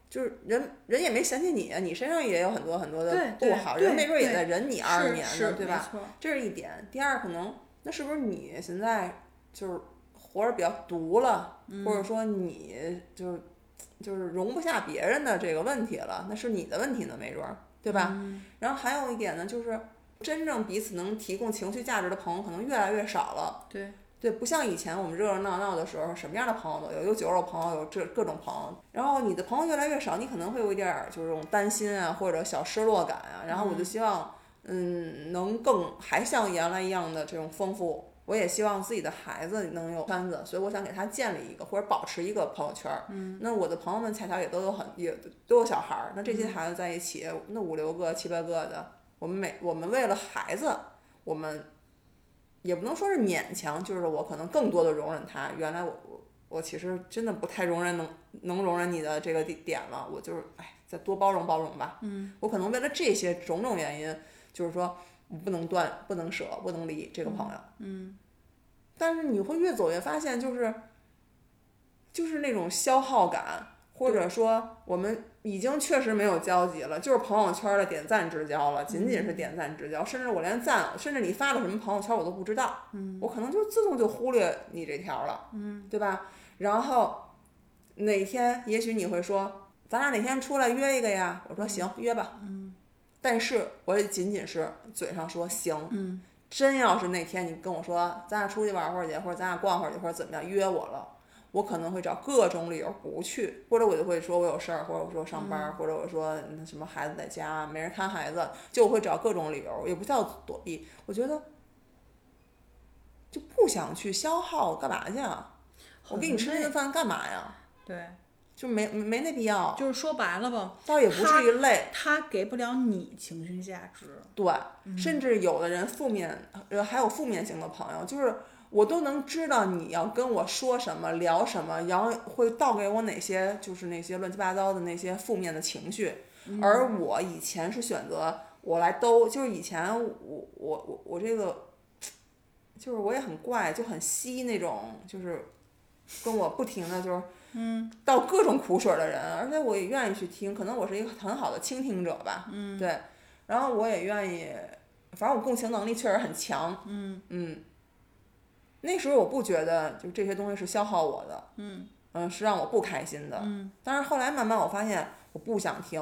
Speaker 3: 就是人人也没嫌弃你，你身上也有很多很多的
Speaker 1: 对
Speaker 3: 不
Speaker 1: 对
Speaker 3: 好，
Speaker 1: 对
Speaker 3: 人没准也
Speaker 1: 对
Speaker 3: 在忍你二十年
Speaker 1: 是
Speaker 3: 呢，
Speaker 1: 是
Speaker 3: 对吧？
Speaker 1: 没错
Speaker 3: 这是一点。第二，可能那是不是你现在就是活着比较毒了，或者说你就是就是容不下别人的这个问题了，那是你的问题呢，没准儿，对吧？然后还有一点呢，就是真正彼此能提供情绪价值的朋友可能越来越少了。
Speaker 1: 对，
Speaker 3: 对，不像以前我们热热闹闹的时候，什么样的朋友都有，有酒肉朋友，有这各种朋友。然后你的朋友越来越少，你可能会有一点儿就是这种担心啊，或者小失落感啊。然后我就希望，嗯，能更还像原来一样的这种丰富。我也希望自己的孩子能有圈子，所以我想给他建立一个或者保持一个朋友圈。嗯，那我的朋友们恰巧也都有很也都有小孩儿，那这些孩子在一起，那五六个、七八个的，我们每我们为了孩子，我们也不能说是勉强，就是我可能更多的容忍他。原来我我我其实真的不太容忍能能容忍你的这个地点了，我就是哎，再多包容包容吧。嗯，我可能为了这些种种原因，就是说我不能断、不能舍、不能离这个朋友。嗯，但是你会越走越发现，就是就是那种消耗感。或者说，我们已经确实没有交集了，就是朋友圈的点赞之交了，仅仅是点赞之交，甚至我连赞，甚至你发了什么朋友圈我都不知道，我可能就自动就忽略你这条了，嗯，对吧？然后哪天也许你会说，咱俩哪天出来约一个呀？我说行，约吧，嗯。但是我也仅仅是嘴上说行，嗯。真要是那天你跟我说，咱俩出去玩会儿去，或者咱俩逛会儿去，或者怎么样约我了，我可能会找各种理由不去，或者我就会说我有事儿，或者我说上班，或者我说嗯什么孩子在家没人看孩子，就我会找各种理由，也不叫躲避，我觉得就不想去消耗，干嘛去啊？我给你吃那顿饭干嘛呀？
Speaker 1: 对，
Speaker 3: 就没没那必要，
Speaker 1: 就是说白了吧，
Speaker 3: 倒也不至于累。
Speaker 1: 他给不了你情绪价值。
Speaker 3: 对，甚至有的人负面，呃，还有负面型的朋友，就是我都能知道你要跟我说什么，聊什么，然后会倒给我哪些，就是那些乱七八糟的那些负面的情绪。而我以前是选择我来兜，就是以前我我我我这个，就是我也很怪，就很吸那种就是跟我不停的就是。嗯，倒各种苦水的人，而且我也愿意去听，可能我是一个很好的倾听者吧。嗯，对，然后我也愿意，反正我共情能力确实很强。嗯那时候我不觉得就这些东西是消耗我的。嗯是让我不开心的。嗯，但是后来慢慢我发现我不想听，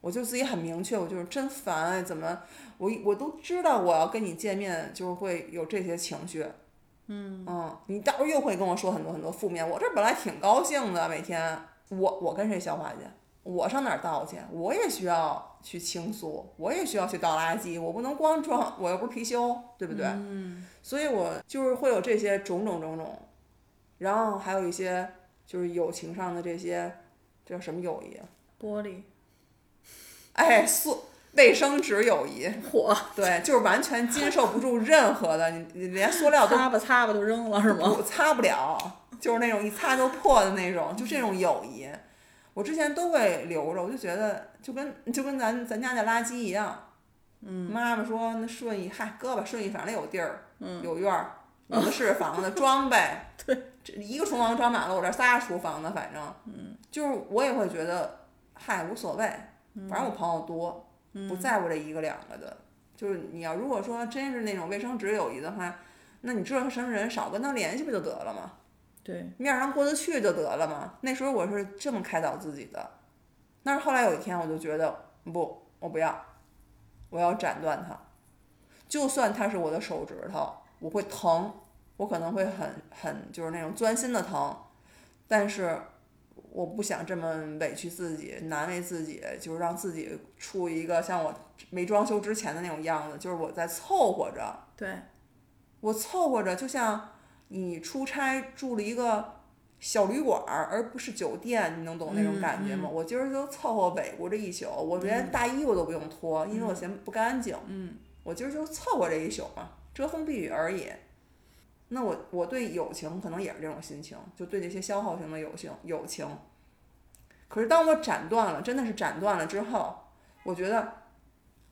Speaker 3: 我就自己很明确，我就是真烦，哎怎么我我都知道我要跟你见面就是会有这些情绪。嗯你到时候又会跟我说很多很多负面，我这本来挺高兴的，每天我我跟谁消化去？我上哪儿倒去？啊我也需要去倾诉，我也需要去倒垃圾，我不能光装，我又不是貔貅，对不对？嗯，所以我就是会有这些种种种种，然后还有一些就是友情上的这些，这叫什么友谊啊？
Speaker 1: 玻
Speaker 3: [laughs]
Speaker 1: 璃
Speaker 3: 哎，塑卫生纸友谊，
Speaker 1: 火，
Speaker 3: 对，就是完全经受不住任何的，你你连塑料都
Speaker 1: 擦吧擦吧就扔了是吗？
Speaker 3: [laughs] 我擦不了，就是那种一擦就破的那种，就这种友谊，我之前都会留着，我就觉得就跟就跟咱咱家那垃圾一样。嗯，妈妈说那顺义，嗨，搁吧，顺义反正有地儿，有院儿，有的是房子，装呗。嗯 [laughs] 对，这一个厨房装满了，我这仨厨房呢，反正，嗯，就是我也会觉得，嗨，无所谓，反正我朋友多，不在乎这一个两个的。就是你要如果说真是那种卫生纸友谊的话，那你知道他什么人，少跟他联系不就得了吗？
Speaker 1: 对，
Speaker 3: 面儿上过得去就得了嘛。那时候我是这么开导自己的，但是后来有一天我就觉得不，我不要，我要斩断它，就算它是我的手指头，我会疼，我可能会很很就是那种钻心的疼，但是我不想这么委屈自己、难为自己，就是让自己处于一个像我没装修之前的那种样子，就是我在凑合着，
Speaker 1: 对，
Speaker 3: 我凑合着，就像你出差住了一个小旅馆儿，而不是酒店，你能懂那种感觉吗？我今儿就凑合北过这一宿，我连大衣服都不用脱，因为我嫌不干净。
Speaker 1: 嗯，
Speaker 3: 我今儿就凑合这一宿嘛，遮风避雨而已。那我我对友情可能也是这种心情，就对这些消耗型的友情友情。可是当我斩断了，真的是斩断了之后，我觉得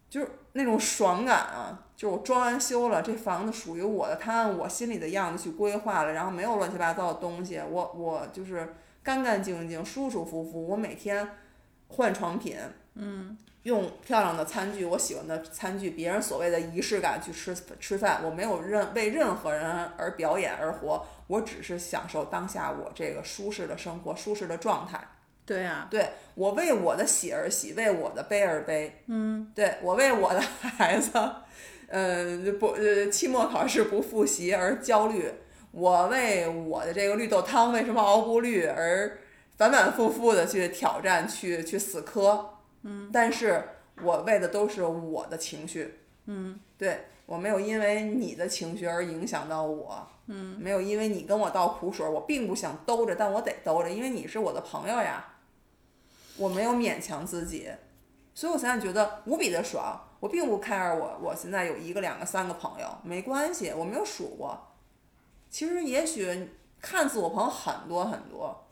Speaker 3: 就是那种爽感啊，就是我装完修了，这房子属于我的，它按我心里的样子去规划了，然后没有乱七八糟的东西，我我就是干干净净、舒舒服服，我每天换床品，嗯，用漂亮的餐具，我喜欢的餐具，别人所谓的仪式感去吃吃饭，我没有任为任何人而表演而活，我只是享受当下我这个舒适的生活、舒适的状态。
Speaker 1: 对啊呀、
Speaker 3: 对我为我的喜而喜，为我的悲而悲。嗯，对我为我的孩子，呃，不，呃，期末考试不复习而焦虑，我为我的这个绿豆汤为什么熬不绿而反反复复的去挑战，去去死磕。嗯，但是我为的都是我的情绪。嗯，对我没有因为你的情绪而影响到我。嗯，没有因为你跟我倒苦水，我并不想兜着，但我得兜着，因为你是我的朋友呀。我没有勉强自己，所以我现在觉得无比的爽。我并不 care 我我现在有一个、两个、三个朋友，没关系，我没有数过。其实也许看似我朋友很多很多，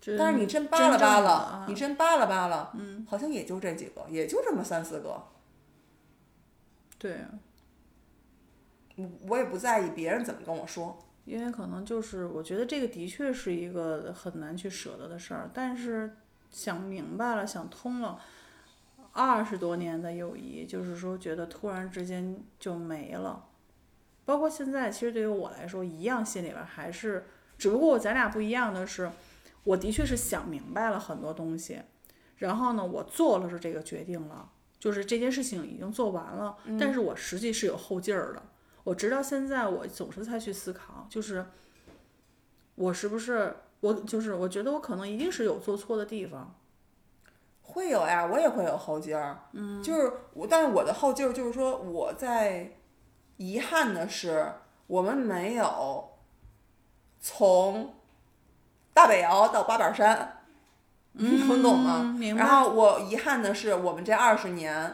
Speaker 1: 真
Speaker 3: 但是你真扒拉
Speaker 1: 真
Speaker 3: 扒
Speaker 1: 正的
Speaker 3: 拉，
Speaker 1: 啊
Speaker 3: 你真扒拉扒拉，嗯，好像也就这几个，也就这么三四个。
Speaker 1: 对，
Speaker 3: 我我也不在意别人怎么跟我说，
Speaker 1: 因为可能就是我觉得这个的确是一个很难去舍得的事儿，但是想明白了，想通了。二十多年的友谊，就是说觉得突然之间就没了，包括现在，其实对于我来说，一样心里边儿还是，只不过咱俩不一样的是，我的确是想明白了很多东西，然后呢，我做了是这个决定了，就是这件事情已经做完了，但是我实际是有后劲儿的。我直到现在，我总是在去思考，就是我是不是我就是我觉得我可能一定是有做错的地方，
Speaker 3: 会有呀，我也会有后劲儿。嗯，就是我，但是我的后劲儿就是说，我在遗憾的是，我们没有从大北窑到八宝山，能懂吗？
Speaker 1: 嗯明白
Speaker 3: 然后我遗憾的是，我们这二十年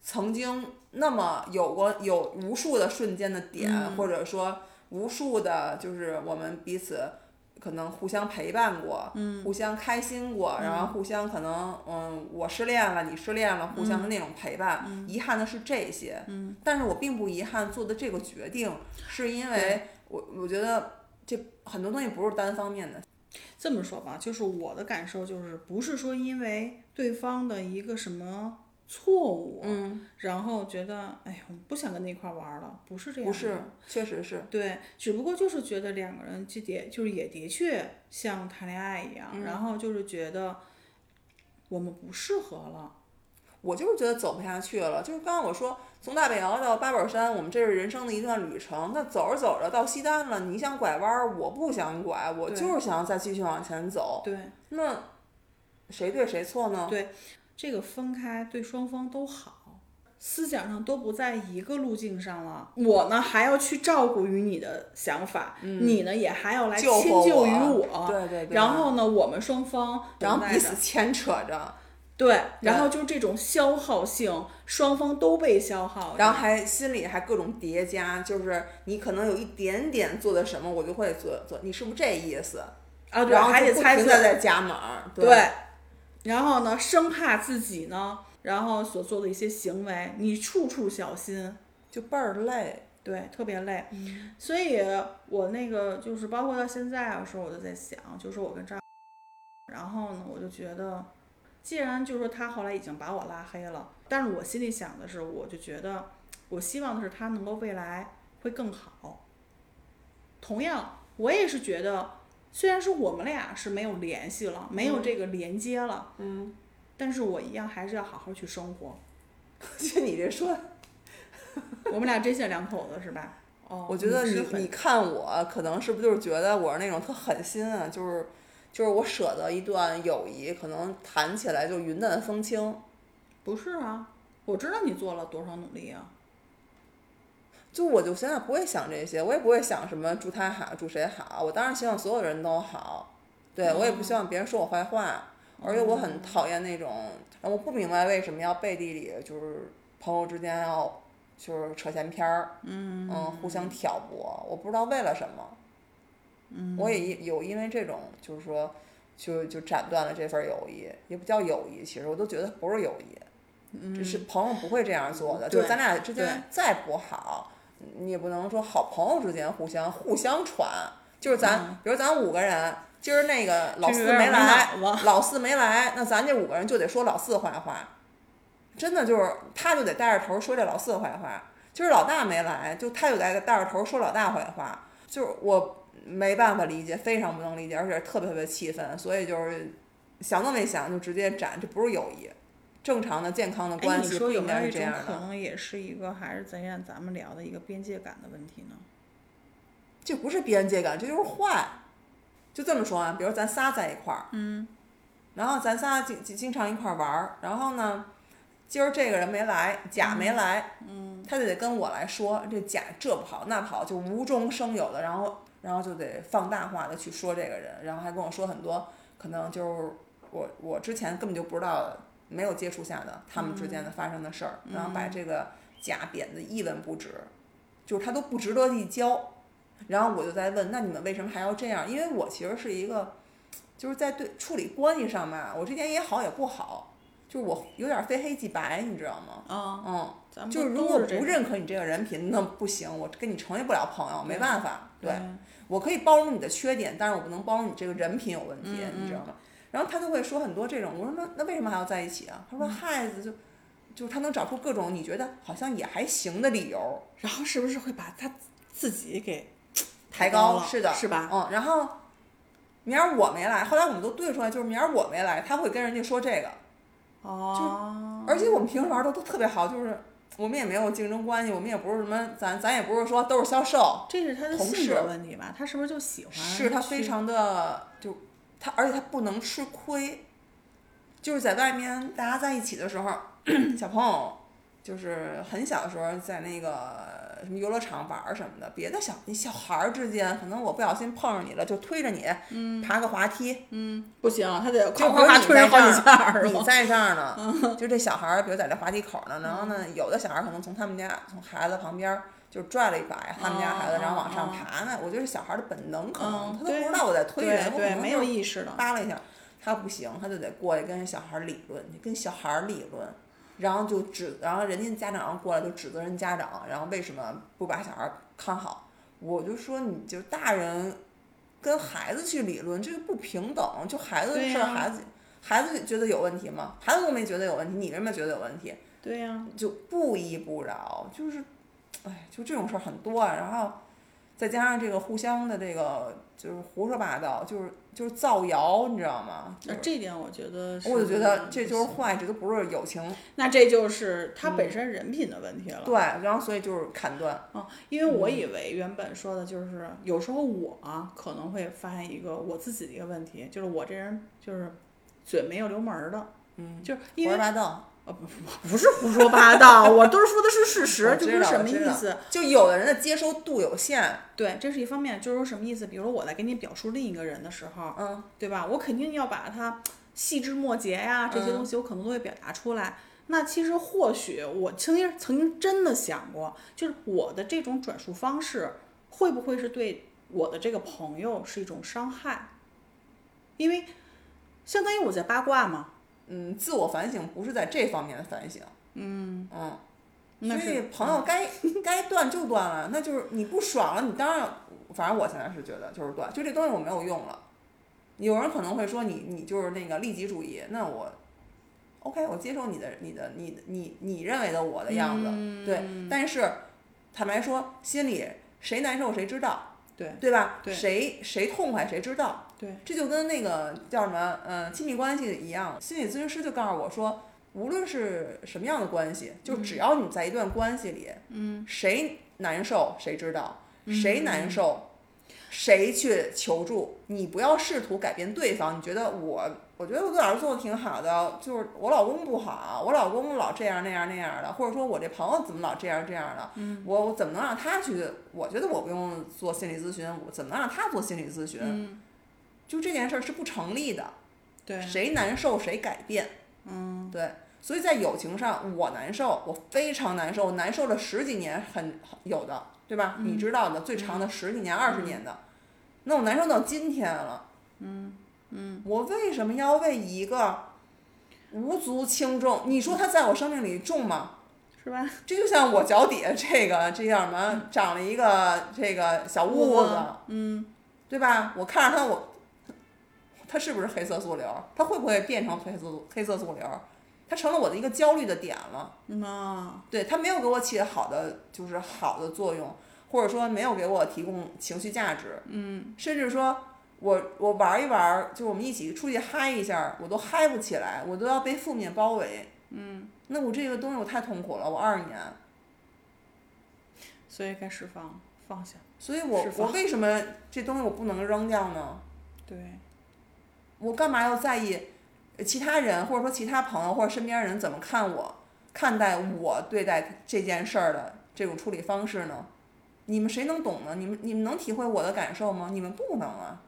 Speaker 3: 曾经那么有过有无数的瞬间的点，
Speaker 1: 嗯
Speaker 3: 或者说无数的，就是我们彼此可能互相陪伴
Speaker 1: 嗯
Speaker 3: 过，互相开心过，然后互相可能，嗯，我失恋了，你失恋了，互相的那种陪伴。
Speaker 1: 嗯
Speaker 3: 遗憾的是这些，但是我并不遗憾做的这个决定，是因为我我觉得这很多东西不是单方面的，
Speaker 1: 这么说吧，就是我的感受就是，不是说因为对方的一个什么错误，嗯，然后觉得哎呀，我不想跟那块儿玩儿了，不是这样
Speaker 3: 不
Speaker 1: 的，
Speaker 3: 是，确实是。
Speaker 1: 对，只不过就是觉得两个人就的，就是也的确像谈恋爱一
Speaker 3: 嗯
Speaker 1: 样，然后就是觉得我们不适合了，
Speaker 3: 我就是觉得走不下去了。就是刚刚我说，从大北窑到八宝山，我们这是人生的一段旅程。那走着走着到西单了，你想拐弯儿，我不想拐，我
Speaker 1: 对
Speaker 3: 就是想再继续往前走。
Speaker 1: 对
Speaker 3: 那谁对谁错呢？
Speaker 1: 对，这个分开对双方都好，思想上都不在一个路径上了。我呢还要去照顾于你的想法，你呢也还要来
Speaker 3: 嗯救
Speaker 1: 迁
Speaker 3: 活
Speaker 1: 就
Speaker 3: 我
Speaker 1: 于
Speaker 3: 对对对
Speaker 1: 然后呢，我们双方
Speaker 3: 然后
Speaker 1: 等待
Speaker 3: 彼
Speaker 1: 着哦
Speaker 3: 此啊牵扯着，
Speaker 1: 对，然
Speaker 3: 对
Speaker 1: 后就是这种消耗性，双方都被消耗着，
Speaker 3: 然后还心里还各种叠加，就是你可能有一点点做的什么，我就会做做，你是不是这意思？
Speaker 1: 啊，对，
Speaker 3: 然后
Speaker 1: 还得
Speaker 3: 就不
Speaker 1: 猜
Speaker 3: 停
Speaker 1: 测
Speaker 3: 的在加码儿，对
Speaker 1: 对，然后呢，生怕自己呢，然后所做的一些行为，你处处小心，
Speaker 3: 就倍儿累。 [laughs]
Speaker 1: 对，特别累。
Speaker 3: 嗯
Speaker 1: 所以我那个就是包括到现在的时候，我就在想，就是我跟张，然后呢，我就觉得，既然就是说他后来已经把我拉黑了，但是我心里想的是，我就觉得，我希望的是他能够未来会更好。同样，我也是觉得，虽然说我们俩是没有联系了，没
Speaker 3: 嗯
Speaker 1: 有这个连接了，嗯，但是我一样还是要好好去生活。
Speaker 3: 就你这说，
Speaker 1: 我们俩真像两口子是吧？哦，
Speaker 3: 我觉得
Speaker 1: 你是
Speaker 3: 你
Speaker 1: 很
Speaker 3: 你看我，可能是不是就是觉得我是那种特狠心啊？就是就是我舍得一段友谊，可能谈起来就云淡风轻。
Speaker 1: 不是啊？我知道你做了多少努力啊。
Speaker 3: 就我就现在不会想这些，我也不会想什么祝他好，祝谁好。我当然希望所有人都好，对我也不希望别人说我坏话。而且我很讨厌那种，我不明白为什么要背地里就是朋友之间要就是扯闲篇儿，嗯互相挑拨，我不知道为了什么。嗯，我也因有因为这种就是说，就就斩断了这份友谊，也不叫友谊，其实我都觉得不是友谊。只是朋友不会这样做的，
Speaker 1: 对
Speaker 3: 就咱俩之
Speaker 1: 对
Speaker 3: 间再不好，你也不能说好朋友之间互相互相传，就是咱、比如咱五个人，今儿那个老
Speaker 1: 就
Speaker 3: 四
Speaker 1: 嗯有点
Speaker 3: 没
Speaker 1: 没
Speaker 3: 来
Speaker 1: 脑，
Speaker 3: 老四没来，那咱这五个人就得说老四坏话，真的就是他就得带着头说这老四坏话，今儿老大没来，就他就得带着头说老大坏话，就是我没办法理解，非常不能理解，而且特别特别气愤，所以就是想都没想就直接斩，这不是友谊。正常的、健康的
Speaker 1: 哎，
Speaker 3: 啊关
Speaker 1: 你
Speaker 3: 系
Speaker 1: 说
Speaker 3: 不
Speaker 1: 有
Speaker 3: 应
Speaker 1: 没有
Speaker 3: 该
Speaker 1: 一
Speaker 3: 是这
Speaker 1: 种
Speaker 3: 样
Speaker 1: 可
Speaker 3: 的，
Speaker 1: 能也是一个还是咱愿咱们聊的一个边界感的问题呢？
Speaker 3: 这不是边界感，这就是坏。就这么说啊，比如咱仨在一块儿，嗯，然后咱仨经经经常一块儿玩儿，然后呢，今儿这个人没来，甲没来，嗯，他就得跟我来说这甲这不好那不好，就无中生有的，然后然后就得放大化的去说这个人，然后还跟我说很多可能就是我我之前根本就不知道的，没有接触下的他们之间的发生的事儿，然后把这个甲贬得一文不值，就是他都不值得一交。然后我就在问，那你们为什么还要这样？因为我其实是一个，就是在对处理关系上吧，我这点也好也不好，就是我有点非黑即白，你知道吗？
Speaker 1: 啊，
Speaker 3: 嗯，
Speaker 1: 咱们
Speaker 3: 就是
Speaker 1: 都
Speaker 3: 如果
Speaker 1: 是这
Speaker 3: 不
Speaker 1: 种
Speaker 3: 认可你这个人品，那不行，我跟你成为不了朋友，没办法。对
Speaker 1: 对，
Speaker 3: 我可以包容你的缺点，但是我不能包容你这个人品有问题，
Speaker 1: 嗯
Speaker 3: 你知道吗？然后他就会说很多这种，我说那那为什么还要在一起啊？
Speaker 1: 嗯
Speaker 3: 他说孩子就就是他能找出各种你觉得好像也还行的理由，
Speaker 4: 然后是不是会把他自己给
Speaker 3: 抬
Speaker 4: 高
Speaker 3: 高
Speaker 4: 了
Speaker 3: 是的，
Speaker 4: 是吧
Speaker 3: 嗯，然后明儿我没来，后来我们都对出来，就是明儿我没来，他会跟人家说这个，
Speaker 4: 哦
Speaker 3: 而且我们平时玩的都特别好，就是我们也没有竞争关系，我们也不是什么，咱咱也不是说都是销售，
Speaker 1: 这是他的
Speaker 3: 同
Speaker 1: 性
Speaker 3: 事
Speaker 1: 格问题吧？他是不是就喜欢？
Speaker 3: 是他非。常的就他，而且他不能吃亏，就是在外面大家在一起的时候， [coughs] 小朋友就是很小的时候在那个什么游乐场玩儿什么的，别的小你小孩儿之间，可能我不小心碰上你了，就推着你，
Speaker 1: 嗯
Speaker 3: 爬个滑梯，
Speaker 4: 不行，
Speaker 1: 啊
Speaker 4: 他得夸
Speaker 3: 就比
Speaker 4: 夸
Speaker 3: 如
Speaker 4: 夸
Speaker 3: 你
Speaker 4: 推人
Speaker 3: 在
Speaker 4: 好几
Speaker 3: 这
Speaker 4: 下
Speaker 1: [laughs]
Speaker 3: 儿，
Speaker 4: 儿，是
Speaker 3: 你
Speaker 4: 吧？
Speaker 3: 在这儿
Speaker 1: 嗯
Speaker 3: 呢，就这小孩儿，比如在这滑梯口呢，然后呢，有的小孩儿可能从他们家从孩子旁边儿就拽了一把呀，他们家孩子，然后往上爬呢。我觉得小孩儿的本能可能
Speaker 1: 哦嗯
Speaker 3: 他都
Speaker 1: 对
Speaker 3: 不知道我在推人，
Speaker 1: 对
Speaker 3: 我可
Speaker 1: 对，
Speaker 3: 能
Speaker 1: 没有
Speaker 3: 就是
Speaker 1: 意
Speaker 3: [laughs]
Speaker 1: 识的。
Speaker 3: 扒拉一下，他不行，他就得过去跟人小孩儿理论，你跟小孩儿理论。然后就指，然后人家家长过来就指责人家长，然后为什么不把小孩儿看好？我就说，你就大人跟孩子去理论，这个不平等。就孩子的
Speaker 1: 对
Speaker 3: 事儿，
Speaker 1: 呀
Speaker 3: 孩子孩子觉得有问题吗？孩子都没觉得有问题，你为什么觉得有问题？
Speaker 1: 对呀、
Speaker 3: 就不依不饶，就是，哎，就这种事儿很多啊。然后再加上这个互相的这个就是胡说八道，就是就是造谣，你知道吗？就
Speaker 1: 那
Speaker 3: 是
Speaker 1: 这点我觉得嗯是，
Speaker 3: 我就觉得这就是
Speaker 1: 不行
Speaker 3: 坏，这都不是友情。
Speaker 1: 那这就是他本身人品的问题了。
Speaker 3: 对，然后所以就是砍断。
Speaker 1: 啊，因为我
Speaker 3: 嗯
Speaker 1: 以为原本说的就是，有时候我啊可能会发现一个我自己的一个问题，就是我这人就是嘴没有留门儿的，
Speaker 3: 嗯，
Speaker 1: 就是
Speaker 3: 胡
Speaker 1: 因
Speaker 3: 说
Speaker 1: 为
Speaker 3: 八道。
Speaker 4: 不是胡说八道，我都是说的是事
Speaker 3: 我
Speaker 4: 实，
Speaker 3: 知
Speaker 4: 这不是
Speaker 3: 道
Speaker 4: 什
Speaker 3: 我
Speaker 4: 么
Speaker 3: 知
Speaker 4: 意
Speaker 3: 道
Speaker 4: 思？
Speaker 3: 就有的人的接收度有限，
Speaker 1: 对，这是一方面，就是说什么意思？比如说我在给你表述另一个人的时候，
Speaker 3: 嗯，
Speaker 1: 对吧？我肯定要把它细枝末节呀、这些
Speaker 3: 嗯
Speaker 1: 东西我可能都会表达出来。那其实或许我曾经曾经真的想过，就是我的这种转述方式会不会是对我的这个朋友是一种伤害？因为相当于我在八卦嘛，
Speaker 3: 嗯，自我反省不是在这方面的反省，嗯
Speaker 1: 那
Speaker 3: 所以
Speaker 1: 是嗯
Speaker 3: 朋友该该断就断了，那就是你不爽了，你当然，反正我现在是觉得就是断，就这东西我没有用了。有人可能会说你你就是那个利己主义，那我，OK，我接受你的你的你的你你认为的我的样子，
Speaker 1: 嗯
Speaker 3: 对，但是坦白说，心里谁难受谁知道，
Speaker 1: 对
Speaker 3: 对吧？
Speaker 1: 对
Speaker 3: 谁谁痛快谁知道。
Speaker 1: 对，
Speaker 3: 这就跟那个叫什么，呃，亲密关系一样。心理咨询师就告诉我说，无论是什么样的关系，就
Speaker 1: 嗯
Speaker 3: 只要你在一段关系里，嗯，谁难受谁知道，
Speaker 1: 嗯
Speaker 3: 谁难受，谁去求助。你不要试图改变对方，你觉得我，我觉得我对老师做的挺好的，就是我老公不好，我老公老这样那样那样的，或者说我这朋友怎么老这样这样的，
Speaker 1: 嗯
Speaker 3: 我我怎么能让他去？我觉得我不用做心理咨询，我怎么能让他做心理咨询？就这件事儿是不成立的。
Speaker 1: 对，
Speaker 3: 谁难受谁改变。嗯，对。所以在友情上，我难受，我非常难受，我难受了十几年很，很有的，对吧？你知道的，最长的十几年、二十年的，那我难受到今天了。嗯嗯，我为什么要为一个无足轻重？你说他在我生命里重吗？
Speaker 1: 是吧？
Speaker 3: 这就像我脚底下这个这叫什么，长了一个这个小痦子，嗯，对吧？我看着它，我它是不是黑色素瘤？它会不会变成黑色素黑色素瘤？它成了我的一个焦虑的点了。
Speaker 1: 嗯啊，
Speaker 3: 对，它没有给我起好的就是好的作用，或者说没有给我提供情绪价值。嗯，甚至说我我玩一玩，就是我们一起出去嗨一下，我都嗨不起来，我都要被负面包围。嗯，那我这个东西我太痛苦了，我二十年。
Speaker 1: 所以该释放放下。
Speaker 3: 所以我
Speaker 1: 释放
Speaker 3: 我为什么这东西我不能扔掉呢？
Speaker 1: 对，
Speaker 3: 我干嘛要在意呃其他人或者说其他朋友或者身边人怎么看我，看待我对待这件事儿的这种处理方式呢？你们谁能懂呢？你们你们能体会我的感受吗？你们不能啊，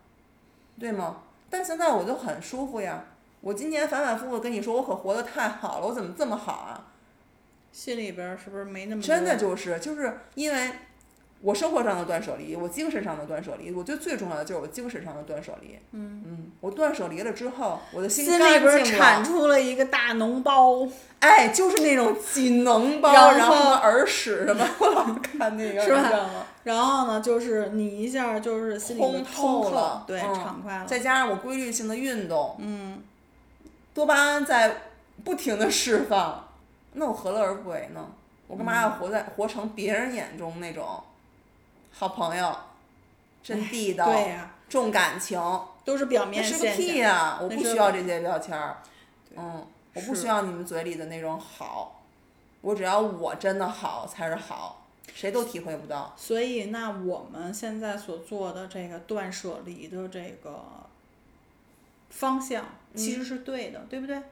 Speaker 3: 对吗？但现在我就很舒服呀。我今年反反复复地跟你说，我可活得太好了，我怎么这么好啊？
Speaker 1: 心里边儿是不是没那么
Speaker 3: 真的
Speaker 1: 多
Speaker 3: 就是就是因为我生活上的断舍离，我精神上的断舍离，我觉得最重要的就是我精神上的断舍离。嗯我断舍离了之后，我的
Speaker 1: 心
Speaker 3: 心
Speaker 1: 里
Speaker 3: 干
Speaker 1: 边儿
Speaker 3: 净
Speaker 1: 产
Speaker 3: 了，
Speaker 1: 出了一个大脓包，
Speaker 3: 哎，就是那种挤脓包，
Speaker 1: 然后
Speaker 3: 然后什么耳屎什么，我老是看那个，
Speaker 1: 是吧
Speaker 3: 你知道吗？
Speaker 1: 然后呢，就是你一下就是心里
Speaker 3: 通
Speaker 1: 边
Speaker 3: 透
Speaker 1: 透
Speaker 3: 了
Speaker 1: 对，
Speaker 3: 嗯
Speaker 1: 畅快了。
Speaker 3: 再加上我规律性的运动，嗯，多巴胺在不停的释放，那我何乐而不为呢？我
Speaker 1: 嗯
Speaker 3: 干嘛要活在、活成别人眼中那种好朋友，真地道，
Speaker 1: 哎对呀、
Speaker 3: 重感情，
Speaker 1: 都是表
Speaker 3: 那
Speaker 1: 面
Speaker 3: 是个
Speaker 1: 现
Speaker 3: 屁
Speaker 1: 象。
Speaker 3: 呀、我
Speaker 1: 那
Speaker 3: 不
Speaker 1: 是
Speaker 3: 需
Speaker 1: 个
Speaker 3: 要这些标签儿，嗯，我不
Speaker 1: 是
Speaker 3: 需要你们嘴里的那种好，我只要我真的好才是好，谁都体会不到。
Speaker 1: 所以，那我们现在所做的这个断舍离的这个方向，其实是对的，对不对？
Speaker 3: 嗯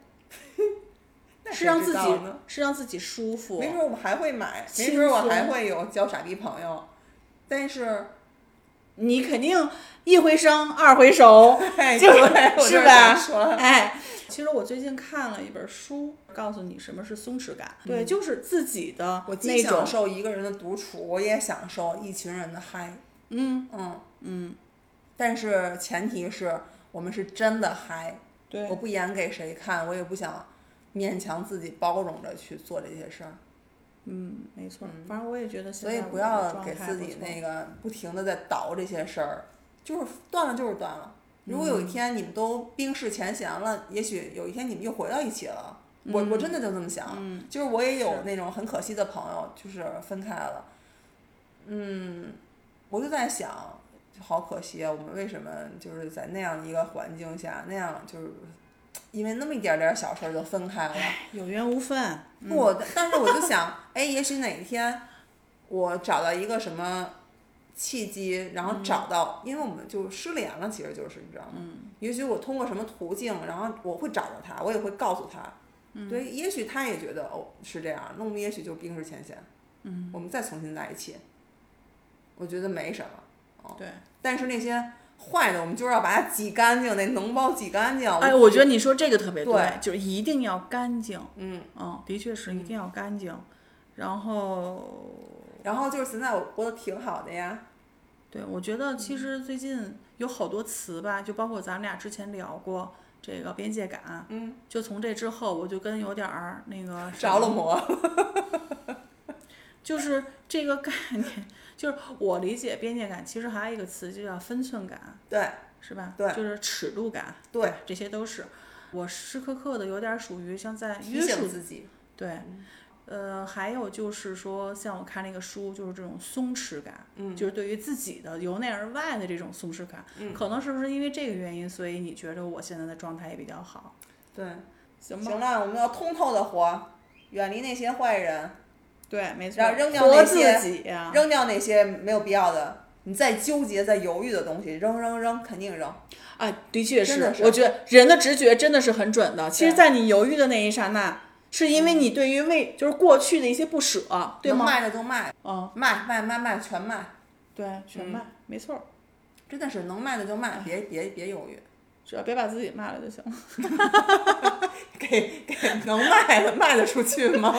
Speaker 3: 那
Speaker 1: 是
Speaker 3: 谁
Speaker 1: 让
Speaker 3: 知
Speaker 1: 自己
Speaker 3: 道呢
Speaker 1: 是让自己舒服
Speaker 3: 没，准儿我还会买，没
Speaker 1: 轻
Speaker 3: 准儿我还
Speaker 1: 松
Speaker 3: 会有交傻逼朋友，但是
Speaker 1: 你肯定一回生二回熟，
Speaker 3: 哎，
Speaker 1: 就
Speaker 3: 对
Speaker 1: 是
Speaker 3: 我
Speaker 1: 是
Speaker 3: 就
Speaker 1: 吧 [laughs]
Speaker 3: 想说
Speaker 1: 哎，其实我最近看了一本书，告诉你什么是松弛感。对，就是自己的
Speaker 3: 嗯我既
Speaker 1: 那种
Speaker 3: 享受一个人的独处，我也享受一群人的嗨。嗯嗯嗯，但是前提是我们是真的嗨，
Speaker 1: 对
Speaker 3: 我不演给谁看，我也不想勉强自己包容着去做这些事儿，
Speaker 1: 嗯，没错。反正我也觉得现
Speaker 3: 所
Speaker 1: 在
Speaker 3: 以
Speaker 1: 我
Speaker 3: 不
Speaker 1: 的
Speaker 3: 要
Speaker 1: 状
Speaker 3: 给
Speaker 1: 态
Speaker 3: 自
Speaker 1: 不
Speaker 3: 己
Speaker 1: 错
Speaker 3: 那个不停的在倒这些事儿，就是断了就是断了。如
Speaker 1: 嗯
Speaker 3: 果有一天你们都冰释前嫌了，也许有一天你们又回到一起了。我我
Speaker 1: 嗯
Speaker 3: 真的就这么想，就是我也有那种很可惜的朋友，就是分开了。嗯，我就在想，好可惜啊，我们为什么就是在那样一个环境下，那样就是因为那么一点点小事儿就分开了。
Speaker 1: 有缘无分，嗯
Speaker 3: 不，但嗯但是我就想，哎，也许哪一天我找到一个什么契机，然后
Speaker 1: 嗯
Speaker 3: 找到，因为我们就失联了，其实就是你知道吗？也许我通过什么途径，然后我会找到他，我也会告诉他。
Speaker 1: 嗯
Speaker 3: 对，也许他也觉得哦是这样，那我们也许就冰释前嫌，嗯，我们再重新在一起，我觉得没什么。哦
Speaker 1: 对。
Speaker 3: 但是那些坏的，我们就是要把它挤干净，那脓包挤干净。
Speaker 1: 哎，我觉得你说这个特别
Speaker 3: 对
Speaker 1: 就是一定要干净。
Speaker 3: 嗯，
Speaker 1: 嗯，的确是一定要干净。然后，
Speaker 3: 然后就是现在我过得挺好的呀，
Speaker 1: 对我觉
Speaker 3: 嗯
Speaker 1: 得其实最近有好多词吧，就包括咱们俩之前聊过这个边界感。
Speaker 3: 嗯，
Speaker 1: 就从这之后，我就跟有点儿那个什
Speaker 3: 着了
Speaker 1: 么
Speaker 3: 魔。
Speaker 1: 就是这个概念，就是我理解边界感，其实还有一个词就叫分寸感，
Speaker 3: 对
Speaker 1: 是吧？
Speaker 3: 对
Speaker 1: 就是尺度感，
Speaker 3: 对，
Speaker 1: 这些都是我时时刻刻的有点属于像在
Speaker 3: 提
Speaker 1: 约
Speaker 3: 醒嗯
Speaker 1: 束。
Speaker 3: 自己。
Speaker 1: 对，呃，还有就是说，像我看那个书，就是这种松弛感，
Speaker 3: 嗯
Speaker 1: 就是对于自己的由内而外的这种松弛感，
Speaker 3: 嗯
Speaker 1: 可能是不是因为这个原因，所以你觉得我现在的状态也比较好？
Speaker 3: 对，
Speaker 1: 行吧？
Speaker 3: 行了，我们要通透的活，远离那些坏人，
Speaker 1: 对，没错
Speaker 3: 然后。扔掉
Speaker 1: 活
Speaker 3: 那
Speaker 1: 自
Speaker 3: 些
Speaker 1: 己呀、
Speaker 3: 扔掉那些没有必要的，你再纠结、再犹豫的东西，扔扔扔，肯定扔。
Speaker 1: 哎，的确
Speaker 3: 真的是
Speaker 1: 我觉得人的直觉真的是很准的。其实，
Speaker 3: 对嗯
Speaker 1: 在你犹豫的那一刹那，是因为你对于未就是过去的一些不舍，对
Speaker 3: 能
Speaker 1: 吗？
Speaker 3: 卖的就卖，
Speaker 1: 嗯，
Speaker 3: 卖卖卖卖全卖，
Speaker 1: 对，
Speaker 3: 嗯
Speaker 1: 全卖，没错儿，
Speaker 3: 真的是能卖的就卖，别别别犹豫，
Speaker 1: 只要别把自己卖了就行了。
Speaker 3: 给给能 [laughs] 卖的卖得出去吗？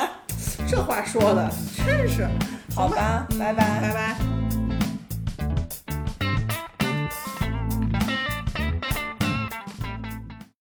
Speaker 1: 这话说的真是，
Speaker 3: 好吧，拜拜。
Speaker 1: 拜拜。